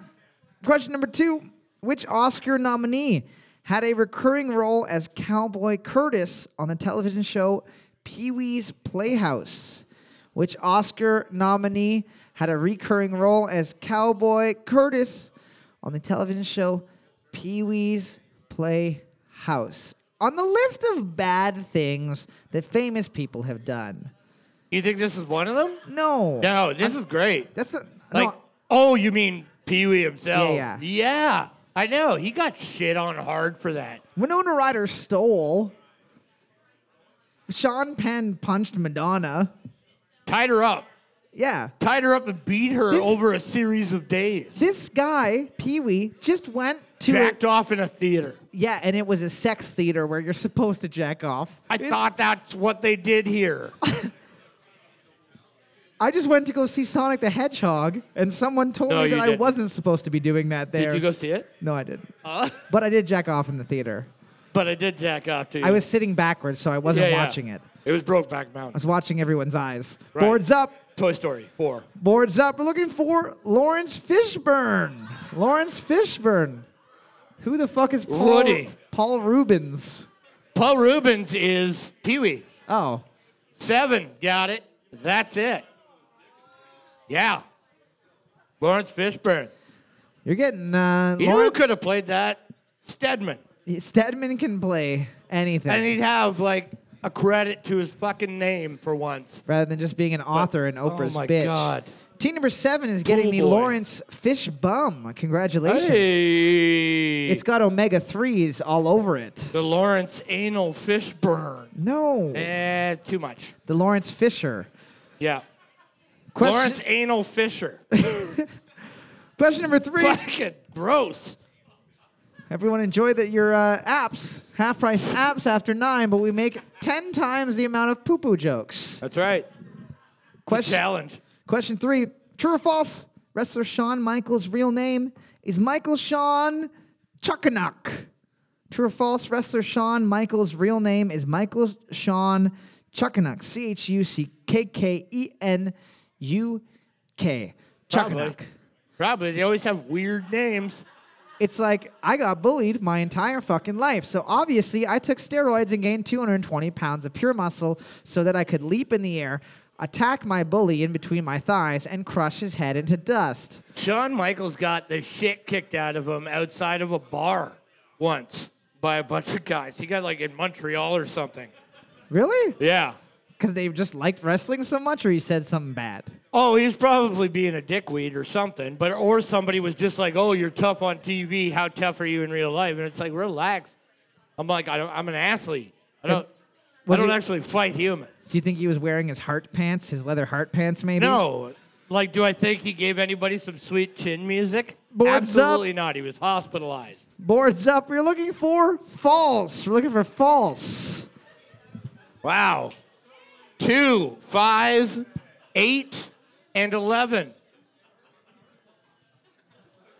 A: Question number two Which Oscar nominee had a recurring role as Cowboy Curtis on the television show Pee Wee's Playhouse? Which Oscar nominee had a recurring role as Cowboy Curtis on the television show Pee Wee's Playhouse? On the list of bad things that famous people have done.
B: You think this is one of them?
A: No.
B: No, this is great.
A: That's a,
B: Like,
A: no,
B: oh, you mean Pee Wee himself?
A: Yeah, yeah.
B: Yeah, I know. He got shit on hard for that.
A: Winona Ryder stole. Sean Penn punched Madonna.
B: Tied her up.
A: Yeah.
B: Tied her up and beat her
A: This-
B: over a series of days.
A: This guy, Pee Wee, just went to a,
B: Jacked off in a theater.
A: yeah, and it was a sex theater where you're supposed to jack off.
B: I
A: It's-
B: thought that's what they did here.
A: I just went to go see Sonic the Hedgehog, and someone told
B: No,
A: me
B: you
A: that I
B: didn't.
A: wasn't supposed to be doing that there.
B: Did you go see it?
A: no, I didn't.
B: Uh,
A: But I did jack off in the theater.
B: but I did jack off to you.
A: I was sitting backwards, so I wasn't
B: Yeah, yeah.
A: watching it. I
B: It was Brokeback Mountain.
A: was watching everyone's eyes.
B: Right.
A: Boards up.
B: Toy Story 4.
A: Boards up. We're looking for Lawrence Fishburne. Lawrence Fishburne. Who the fuck is Paul?
B: Woody.
A: Paul Rubens.
B: Paul Rubens is Pee Wee.
A: Oh,
B: Seven, got it. That's it. Yeah. Lawrence Fishburne.
A: you're getting uh,
B: You know who
A: Lawrence
B: could have played that? Stedman.
A: Stedman can play anything
B: And he'd have like a credit to his fucking name for once.
A: rather than just being an author and Oprah's
B: oh my
A: bitch.
B: God.
A: Team number seven is getting me
B: boy.
A: Lawrence Fishbum. Congratulations.
B: Hey.
A: It's got omega threes all over it.
B: the Lawrence Anal Fishburne.
A: No,
B: Eh, too much.
A: the Lawrence Fisher.
B: Yeah.
A: Question,
B: Lawrence Anal Fisher.
A: question number three.
B: fucking gross.
A: Everyone enjoy that your uh, apps, half price apps after nine, but we make 10 times the amount of poo poo jokes.
B: That's right.
A: Question,
B: Challenge.
A: question three True or false? Wrestler Shawn Michaels' real name is Michael Shawn Chuckanuck. True or false? Wrestler Shawn Michaels' real name is Michael Shawn Chuckanuck. C H U C K K E N U K.
B: Probably.
A: Chuckanuck.
B: Probably. They always have weird names.
A: it's like I got bullied my entire fucking life. So obviously, I took steroids and gained 220 pounds of pure muscle so that I could leap in the air, attack my bully in between my thighs, and crush his head into dust.
B: Shawn Michaels got the shit kicked out of him outside of a bar once by a bunch of guys. He got like in Montreal or something.
A: Really?
B: Yeah.
A: Because they just liked wrestling so much, or he said something bad.
B: Oh, he's probably being a dickweed or something, but or somebody was just like, "Oh, you're tough on TV. How tough are you in real life?" And it's like, relax. I'm like, I don't, I'm an athlete. I don't, I
A: was
B: don't
A: he-
B: actually fight humans.
A: Do you think he was wearing his heart pants, his leather heart pants, maybe?
B: No. Like, do I think he gave anybody some sweet chin music?
A: Boards up.
B: Absolutely not. He was hospitalized.
A: Boards up. We're looking for false. We're looking for false.
B: Wow. Two, five, eight, and 11.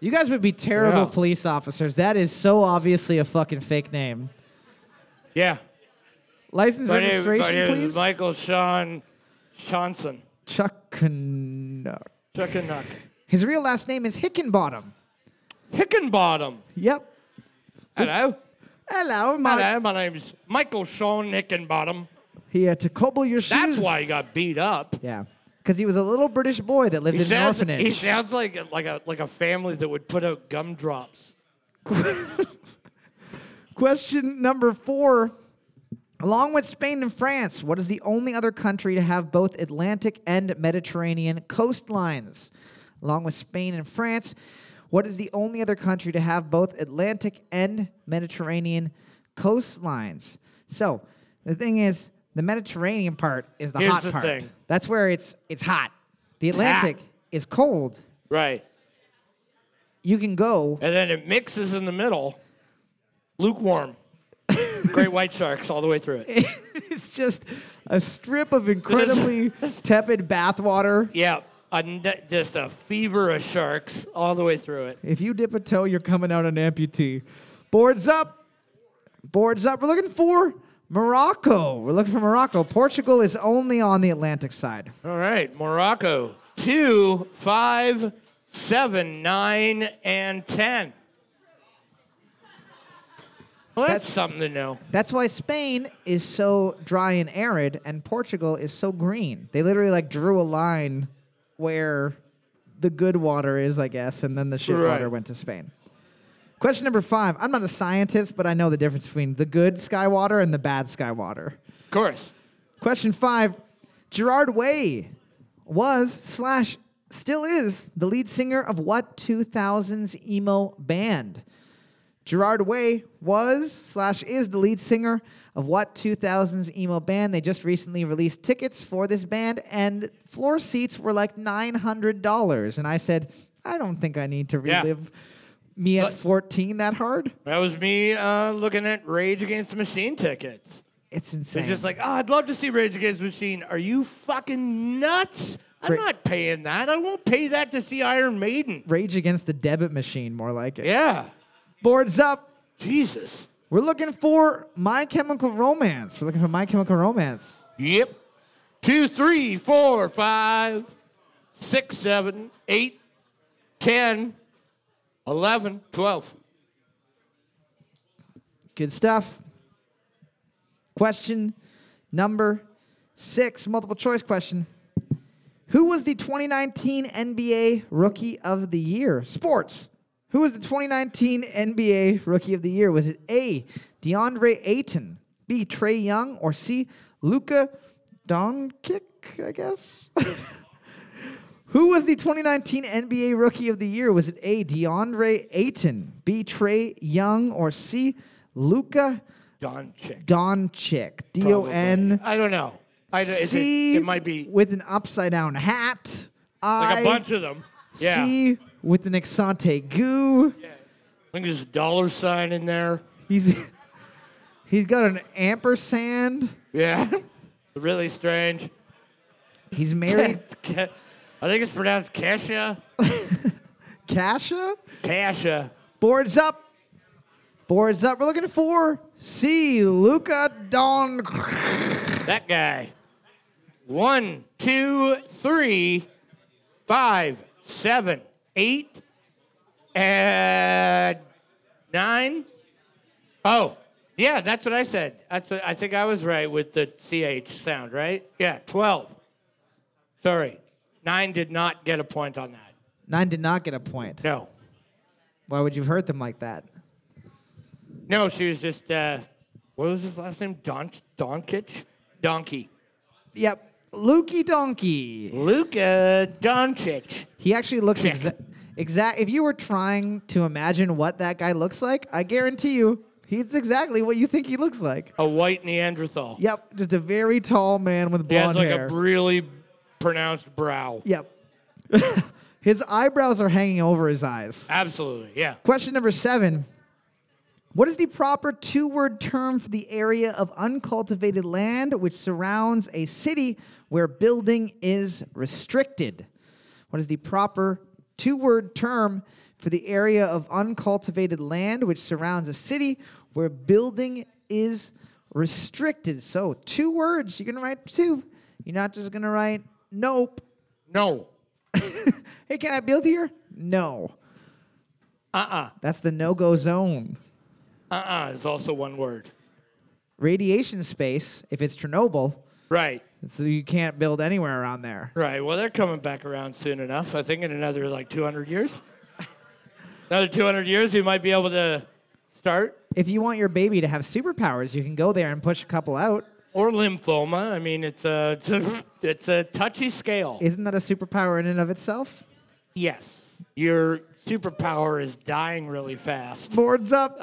A: You guys would be terrible
B: Yeah.
A: police officers. That is so obviously a fucking fake name.
B: Yeah.
A: License
B: My name- my
A: registration,
B: name is
A: please.
B: Michael Sean Johnson.
A: Chuckanuck.
B: Chuck and Nuck.
A: His real last name is Hickenbottom.
B: Hickenbottom.
A: Yep.
B: Hello.
A: Hello, Mike.
B: Hello. My name's Michael Sean Hickenbottom.
A: He had to cobble your shoes.
B: That's why he got beat up.
A: Yeah. Because he was a little British boy that lived
B: He
A: in an
B: sounds,
A: orphanage.
B: he sounds like a- like a like a family that would put out gumdrops.
A: Question number four. Along with Spain and France, what is the only other country to have both Atlantic and Mediterranean coastlines? Along with Spain and France, what is the only other country to have both Atlantic and Mediterranean coastlines? So the thing is, the Mediterranean part is the
B: Here's
A: hot
B: the
A: part.
B: thing.
A: That's where it's it's hot. The Atlantic is cold.
B: Right.
A: You can go
B: And then it mixes in the middle. Lukewarm. Great white sharks all the way through it.
A: It's just a strip of incredibly tepid bathwater.
B: Yeah. A ne- just a fever of sharks all the way through it.
A: If you dip a toe, you're coming out an amputee. Boards up. Boards up. We're looking for Morocco. We're looking for Morocco. Portugal is only on the Atlantic side.
B: All right, Morocco. Two, five, seven, nine, and ten. Well, that's,
A: That's-
B: something to know.
A: That's why Spain is so dry and arid and Portugal is so green. They literally like drew a line where the good water is, I guess, and then the shit water
B: Right.
A: went to Spain. Question number five. I'm not a scientist, but I know the difference between the good sky water and the bad sky water.
B: Of course.
A: Question five. Gerard Way was slash still is the lead singer of what 2000s emo band? Gerard Way was slash is the lead singer of what 2000s emo band. They just recently released tickets for this band, and floor seats were like $900. And I said, I don't think I need to
B: Yeah.
A: relive me at
B: But-
A: 14 that hard.
B: That was me uh, looking at Rage Against the Machine tickets.
A: It's
B: It's
A: insane.
B: just like, oh, I'd love to see Rage Against the Machine. Are you fucking nuts? I'm
A: Ra-
B: not paying that. I won't pay that to see Iron Maiden.
A: Rage against the debit machine, more like it.
B: Yeah.
A: Boards up.
B: Jesus.
A: We're looking for My Chemical Romance. We're looking for My Chemical Romance.
B: Yep. Two, three, four, five, six, seven, eight, ten, eleven, twelve.
A: Good stuff. Question number six, multiple choice question. Who was the 2019 NBA Rookie of the Year? Sports. Who was the 2019 NBA Rookie of the Year? Was it A, DeAndre Ayton, B, Trey Young, or C, Luca Doncic, I guess? Who was the 2019 NBA Rookie of the Year? Was it A, DeAndre Ayton, B, Trey Young, or C, Luca
B: Don Chick.
A: Doncic? D O N
B: I don't know. I, don't- is
A: C
B: it, it might be
A: with an upside down hat.
B: like
A: I
B: a bunch of them. Yeah.
A: C with an exante goo.
B: I think there's a dollar sign in there.
A: He's he's got an ampersand.
B: Yeah. really strange.
A: He's
B: Ke-
A: married
B: Ke- I think it's pronounced Kesha.
A: Kasha.
B: Kasha.
A: Boards up. Boards up. We're looking for C Luca Don.
B: That guy. One, two, three, five, seven, eight, and nine. Oh, yeah, that's what I said. That's what, I think I was right with the ch sound, right? Yeah, twelve. Sorry, nine did not get a point on that.
A: Nine did not get a point.
B: No,
A: Why would you hurt them like that?
B: no, she was just. Uh, what was his last name? Don Donkich. Donkey.
A: Yep. Lukey Donkey.
B: Luka Doncic.
A: He actually looks
B: Check.
A: exact. Exact. If you were trying to imagine what that guy looks like, I guarantee you, he's exactly what you think he looks like.
B: A white Neanderthal.
A: Yep, just a very tall man with
B: He has
A: blonde
B: like
A: hair.
B: a really pronounced brow.
A: yep. his eyebrows are hanging over his eyes.
B: Absolutely, yeah.
A: Question number seven. What is the proper two word term for the area of uncultivated land which surrounds a city where building is restricted? What is the proper two word term for the area of uncultivated land which surrounds a city where building is restricted? So, two words. You can write two. You're not just going to write nope.
B: No.
A: Hey, can I build here? No.
B: Uh
A: That's the no go zone.
B: uh-uh, uh. is also one word.
A: Radiation space, if it's Chernobyl,
B: Right.
A: so you can't build anywhere around there.
B: Right. Well, they're coming back around soon enough. I think in another like 200 years. another 200 years, you might be able to start.
A: If you want your baby to have superpowers, you can go there and push a couple out.
B: Or lymphoma. I mean, it's a it's a, it's a touchy scale.
A: Isn't that a superpower in and of itself?
B: yes. Your superpower is dying really fast.
A: Boards up.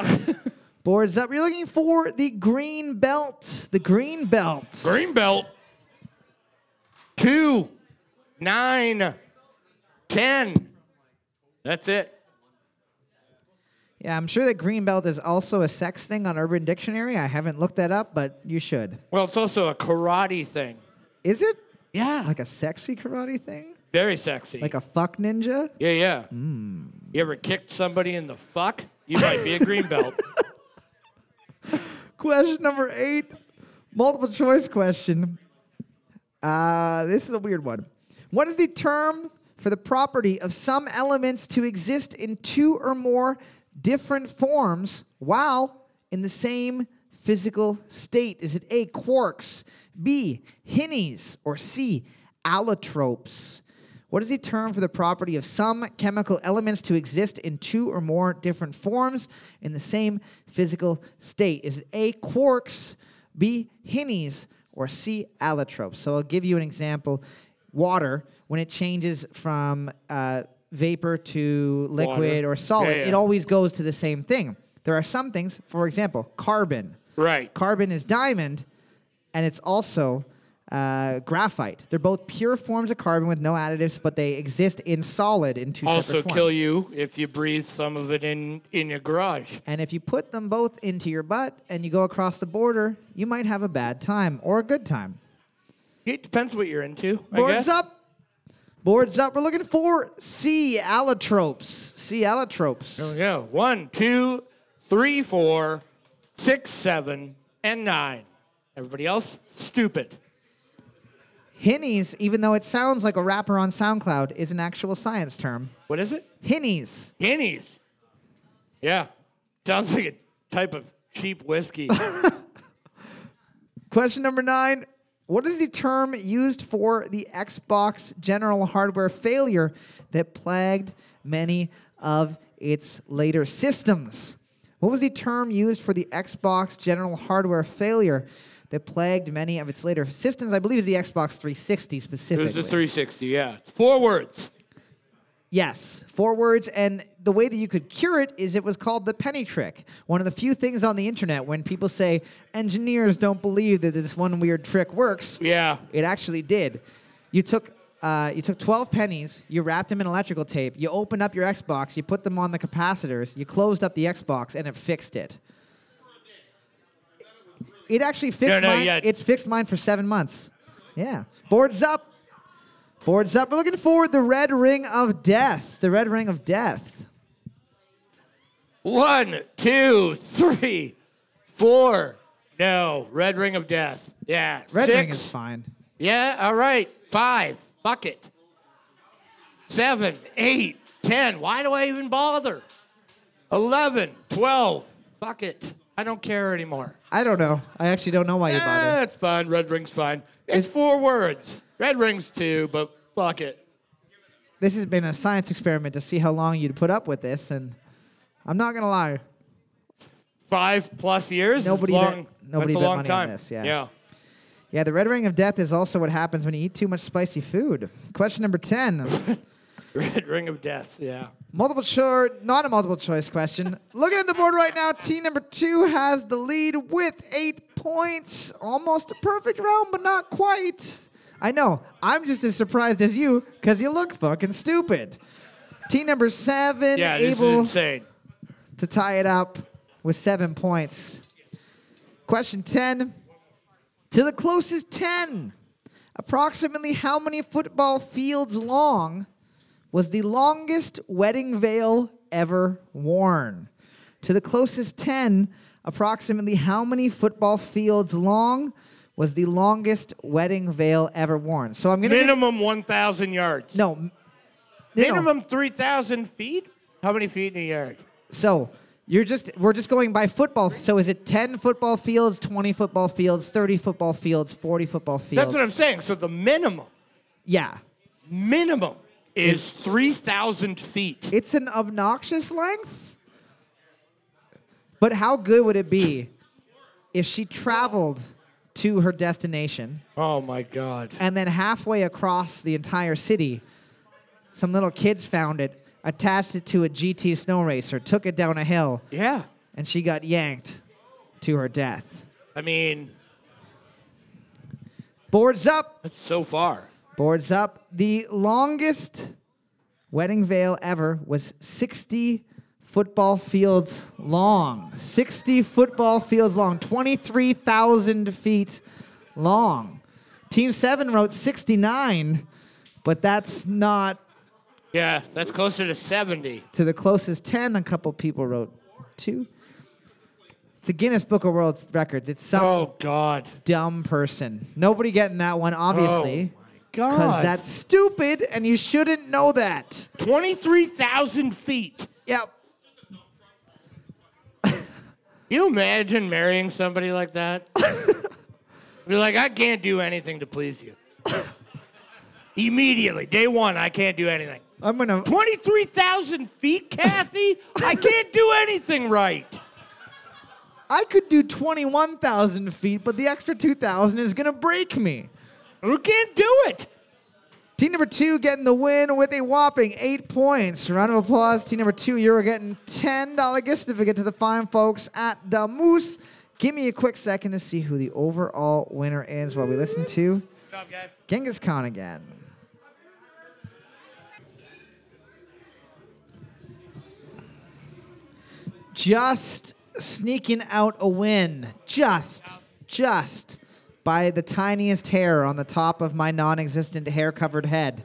A: Boards up. You're looking for the green belt. The green belt.
B: Greenbelt. Two, nine, ten. That's it.
A: Yeah, I'm sure that green belt is also a sex thing on Urban Dictionary. I haven't looked that up, but you should.
B: Well, it's also a karate thing.
A: Is it
B: Yeah.
A: like a sexy karate thing?
B: Very sexy.
A: Like a Hmm. fuck ninja?
B: Yeah, yeah. You ever kicked somebody in the fuck? You might be a greenbelt.
A: Question number eight, multiple choice question. Uh, this is a weird one. What is the term for the property of some elements to exist in two or more different forms while in the same physical state? Is it A, quarks, B, hinnies, or C, allotropes? What is the term for the property of some chemical elements to exist in two or more different forms in the same physical state? Is it A, quarks, B, hinnies, or C, allotropes? So I'll give you an example. Water, when it changes from uh, vapor to liquid
B: Water.
A: or solid,
B: Yeah, yeah.
A: it always goes to the same thing. There are some things, for example, carbon.
B: right.
A: Carbon is diamond, and it's also uh, graphite. They're both pure forms of carbon with no additives, but they exist in solid in two
B: Also
A: separate forms.
B: kill you if you breathe some of it in in your garage.
A: And if you put them both into your butt and you go across the border, you might have a bad time or a good time.
B: It depends what you're into. I
A: Boards
B: guess.
A: up. Boards up. We're looking for C allotropes. C
B: There
A: allotropes.
B: we go. One, two, three, four, six, seven, and nine. Everybody else, stupid.
A: Hinnies, even though it sounds like a rapper on SoundCloud, is an actual science term.
B: What is it?
A: Hinnies.
B: Guineas. Yeah. Sounds like a type of cheap whiskey.
A: Question number nine. What is the term used for the Xbox general hardware failure that plagued many of its later systems? What was the term used for the Xbox general hardware failure that plagued many of its later systems? I believe is the Xbox 360
B: it
A: specifically.
B: was the 360, yeah. Four words.
A: Yes, four words. And the way that you could cure it is it was called the penny trick. One of the few things on the internet when people say engineers don't believe that this one weird trick works.
B: Yeah.
A: It actually did. You took uh, you took 12 pennies, you wrapped them in electrical tape, you opened up your Xbox, you put them on the capacitors, you closed up the Xbox, and it fixed it. It actually fixed
B: No, no,
A: mine.
B: yeah.
A: It's fixed mine for seven months. Yeah. Boards up. Boards up. We're looking for the red ring of death. The red ring of death.
B: One, two, three, four. No, Red Ring of Death. Yeah.
A: Red
B: Six.
A: ring is fine.
B: Yeah, all right. Five. Fuck it. Seven, eight, ten. Why do I even bother? Eleven, twelve. Fuck it. I don't care anymore.
A: I don't know. I actually don't know why you bother.
B: That's fine. Red Ring's fine. It's
A: Is-
B: four words. Red Ring's two, but fuck it.
A: This has been a science experiment to see how long you'd put up with this, and I'm not gonna lie.
B: Five plus years. is
A: Nobody bet-
B: long.
A: nobody
B: that's a
A: bet
B: long
A: money on
B: time.
A: this, yeah.
B: Yeah.
A: Yeah, the red ring of death is also what happens when you eat too much spicy food. Question number 10.
B: Red Ring of Death. Yeah.
A: multiple choice, not a multiple choice question. Looking at the board right now, team number two has the lead with eight points. Almost a perfect round, but not quite. I know, I'm just as surprised as you because you look fucking stupid. Team number seven
B: Yeah. This is
A: able
B: insane.
A: to tie it up with seven points. Question 10 To the closest 10, approximately how many football fields long was the longest wedding veil ever worn? To the closest 10, approximately how many football fields long was the longest wedding veil ever worn? So I'm going to.
B: Minimum 1,000 yards.
A: no. m- no,
B: Minimum 3,000 feet? How many feet in the yard?
A: So you're just we're just going by football. So is it 10 football fields, 20 football fields, 30 football fields, 40 football fields?
B: That's what I'm saying. So the minimum,
A: Yeah.
B: minimum is 3,000 feet.
A: It's an obnoxious length. But how good would it be if she traveled to her destination
B: Oh my God.
A: and then halfway across the entire city, some little kids found it, attached it to a GT snow racer, took it down a hill,
B: Yeah.
A: and she got yanked to her death.
B: I mean,
A: Boards up.
B: that's so far.
A: Boards up. The longest wedding veil ever was 60 football fields long. 60 football fields long, 23,000 feet long. Team 7 wrote 69, but that's not
B: Yeah, that's closer to 70.
A: to the closest 10. A couple people wrote 2. It's a Guinness Book of World Records. It's some
B: Oh God.
A: dumb person. Nobody getting that one, obviously.
B: Oh, my
A: Because
B: God.
A: that's stupid and you shouldn't know that.
B: 23,000 feet.
A: Yep.
B: You imagine marrying somebody like that? Be like, I can't do anything to please you. Immediately, day one, I can't do anything.
A: I'm gonna
B: 23,000 feet, Kathy? I can't do anything right.
A: I could do 21,000 feet, but the extra 2,000 is gonna break me.
B: You can't do it.
A: Team number two getting the win with a whopping eight points. Round of applause. Team number two, you're getting $10 gift certificate to the fine folks at the Moose. Give me a quick second to see who the overall winner is while we listen to Genghis Khan again. Just sneaking out a win. Just, just by the tiniest hair on the top of my non existent hair covered head.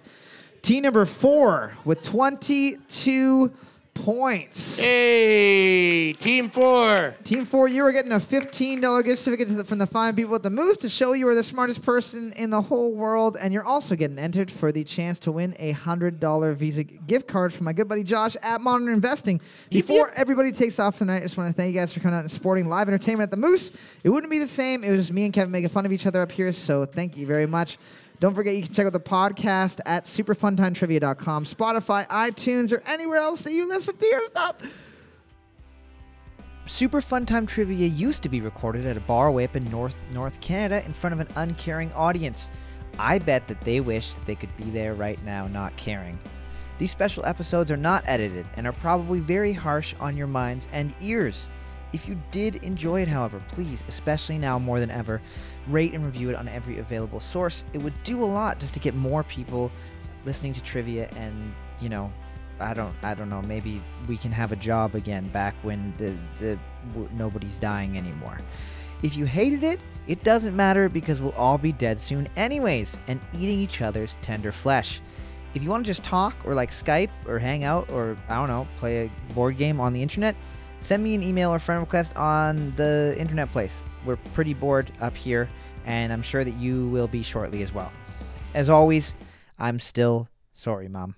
A: Team number four with 22 points.
B: Hey, team four.
A: Team four, you are getting a fifteen dollar gift certificate to the- from the five people at the Moose to show you are the smartest person in the whole world, and you're also getting entered for the chance to win a hundred dollar Visa g- gift card from my good buddy Josh at Modern Investing. Before everybody takes off tonight, I just want to thank you guys for coming out and supporting live entertainment at the Moose. It wouldn't be the same. It was me and Kevin making fun of each other up here, so thank you very much. Don't forget you can check out the podcast at superfuntimetrivia.com, Spotify, iTunes, or anywhere else that you listen to your stuff.
G: Super Fun Time Trivia used to be recorded at a bar way up in North North Canada in front of an uncaring audience. I bet that they wish that they could be there right now not caring. These special episodes are not edited and are probably very harsh on your minds and ears. If you did enjoy it, however, please, especially now more than ever, rate and review it on every available source. It would do a lot just to get more people listening to trivia and, you know, I don't I don't know maybe we can have a job again back when the the w- nobody's dying anymore. If you hated it, it doesn't matter because we'll all be dead soon anyways and eating each other's tender flesh. If you want to just talk or like Skype or hang out or I don't know, play a board game on the internet, send me an email or friend request on the internet place. We're pretty bored up here and I'm sure that you will be shortly as well. As always, I'm still sorry, mom.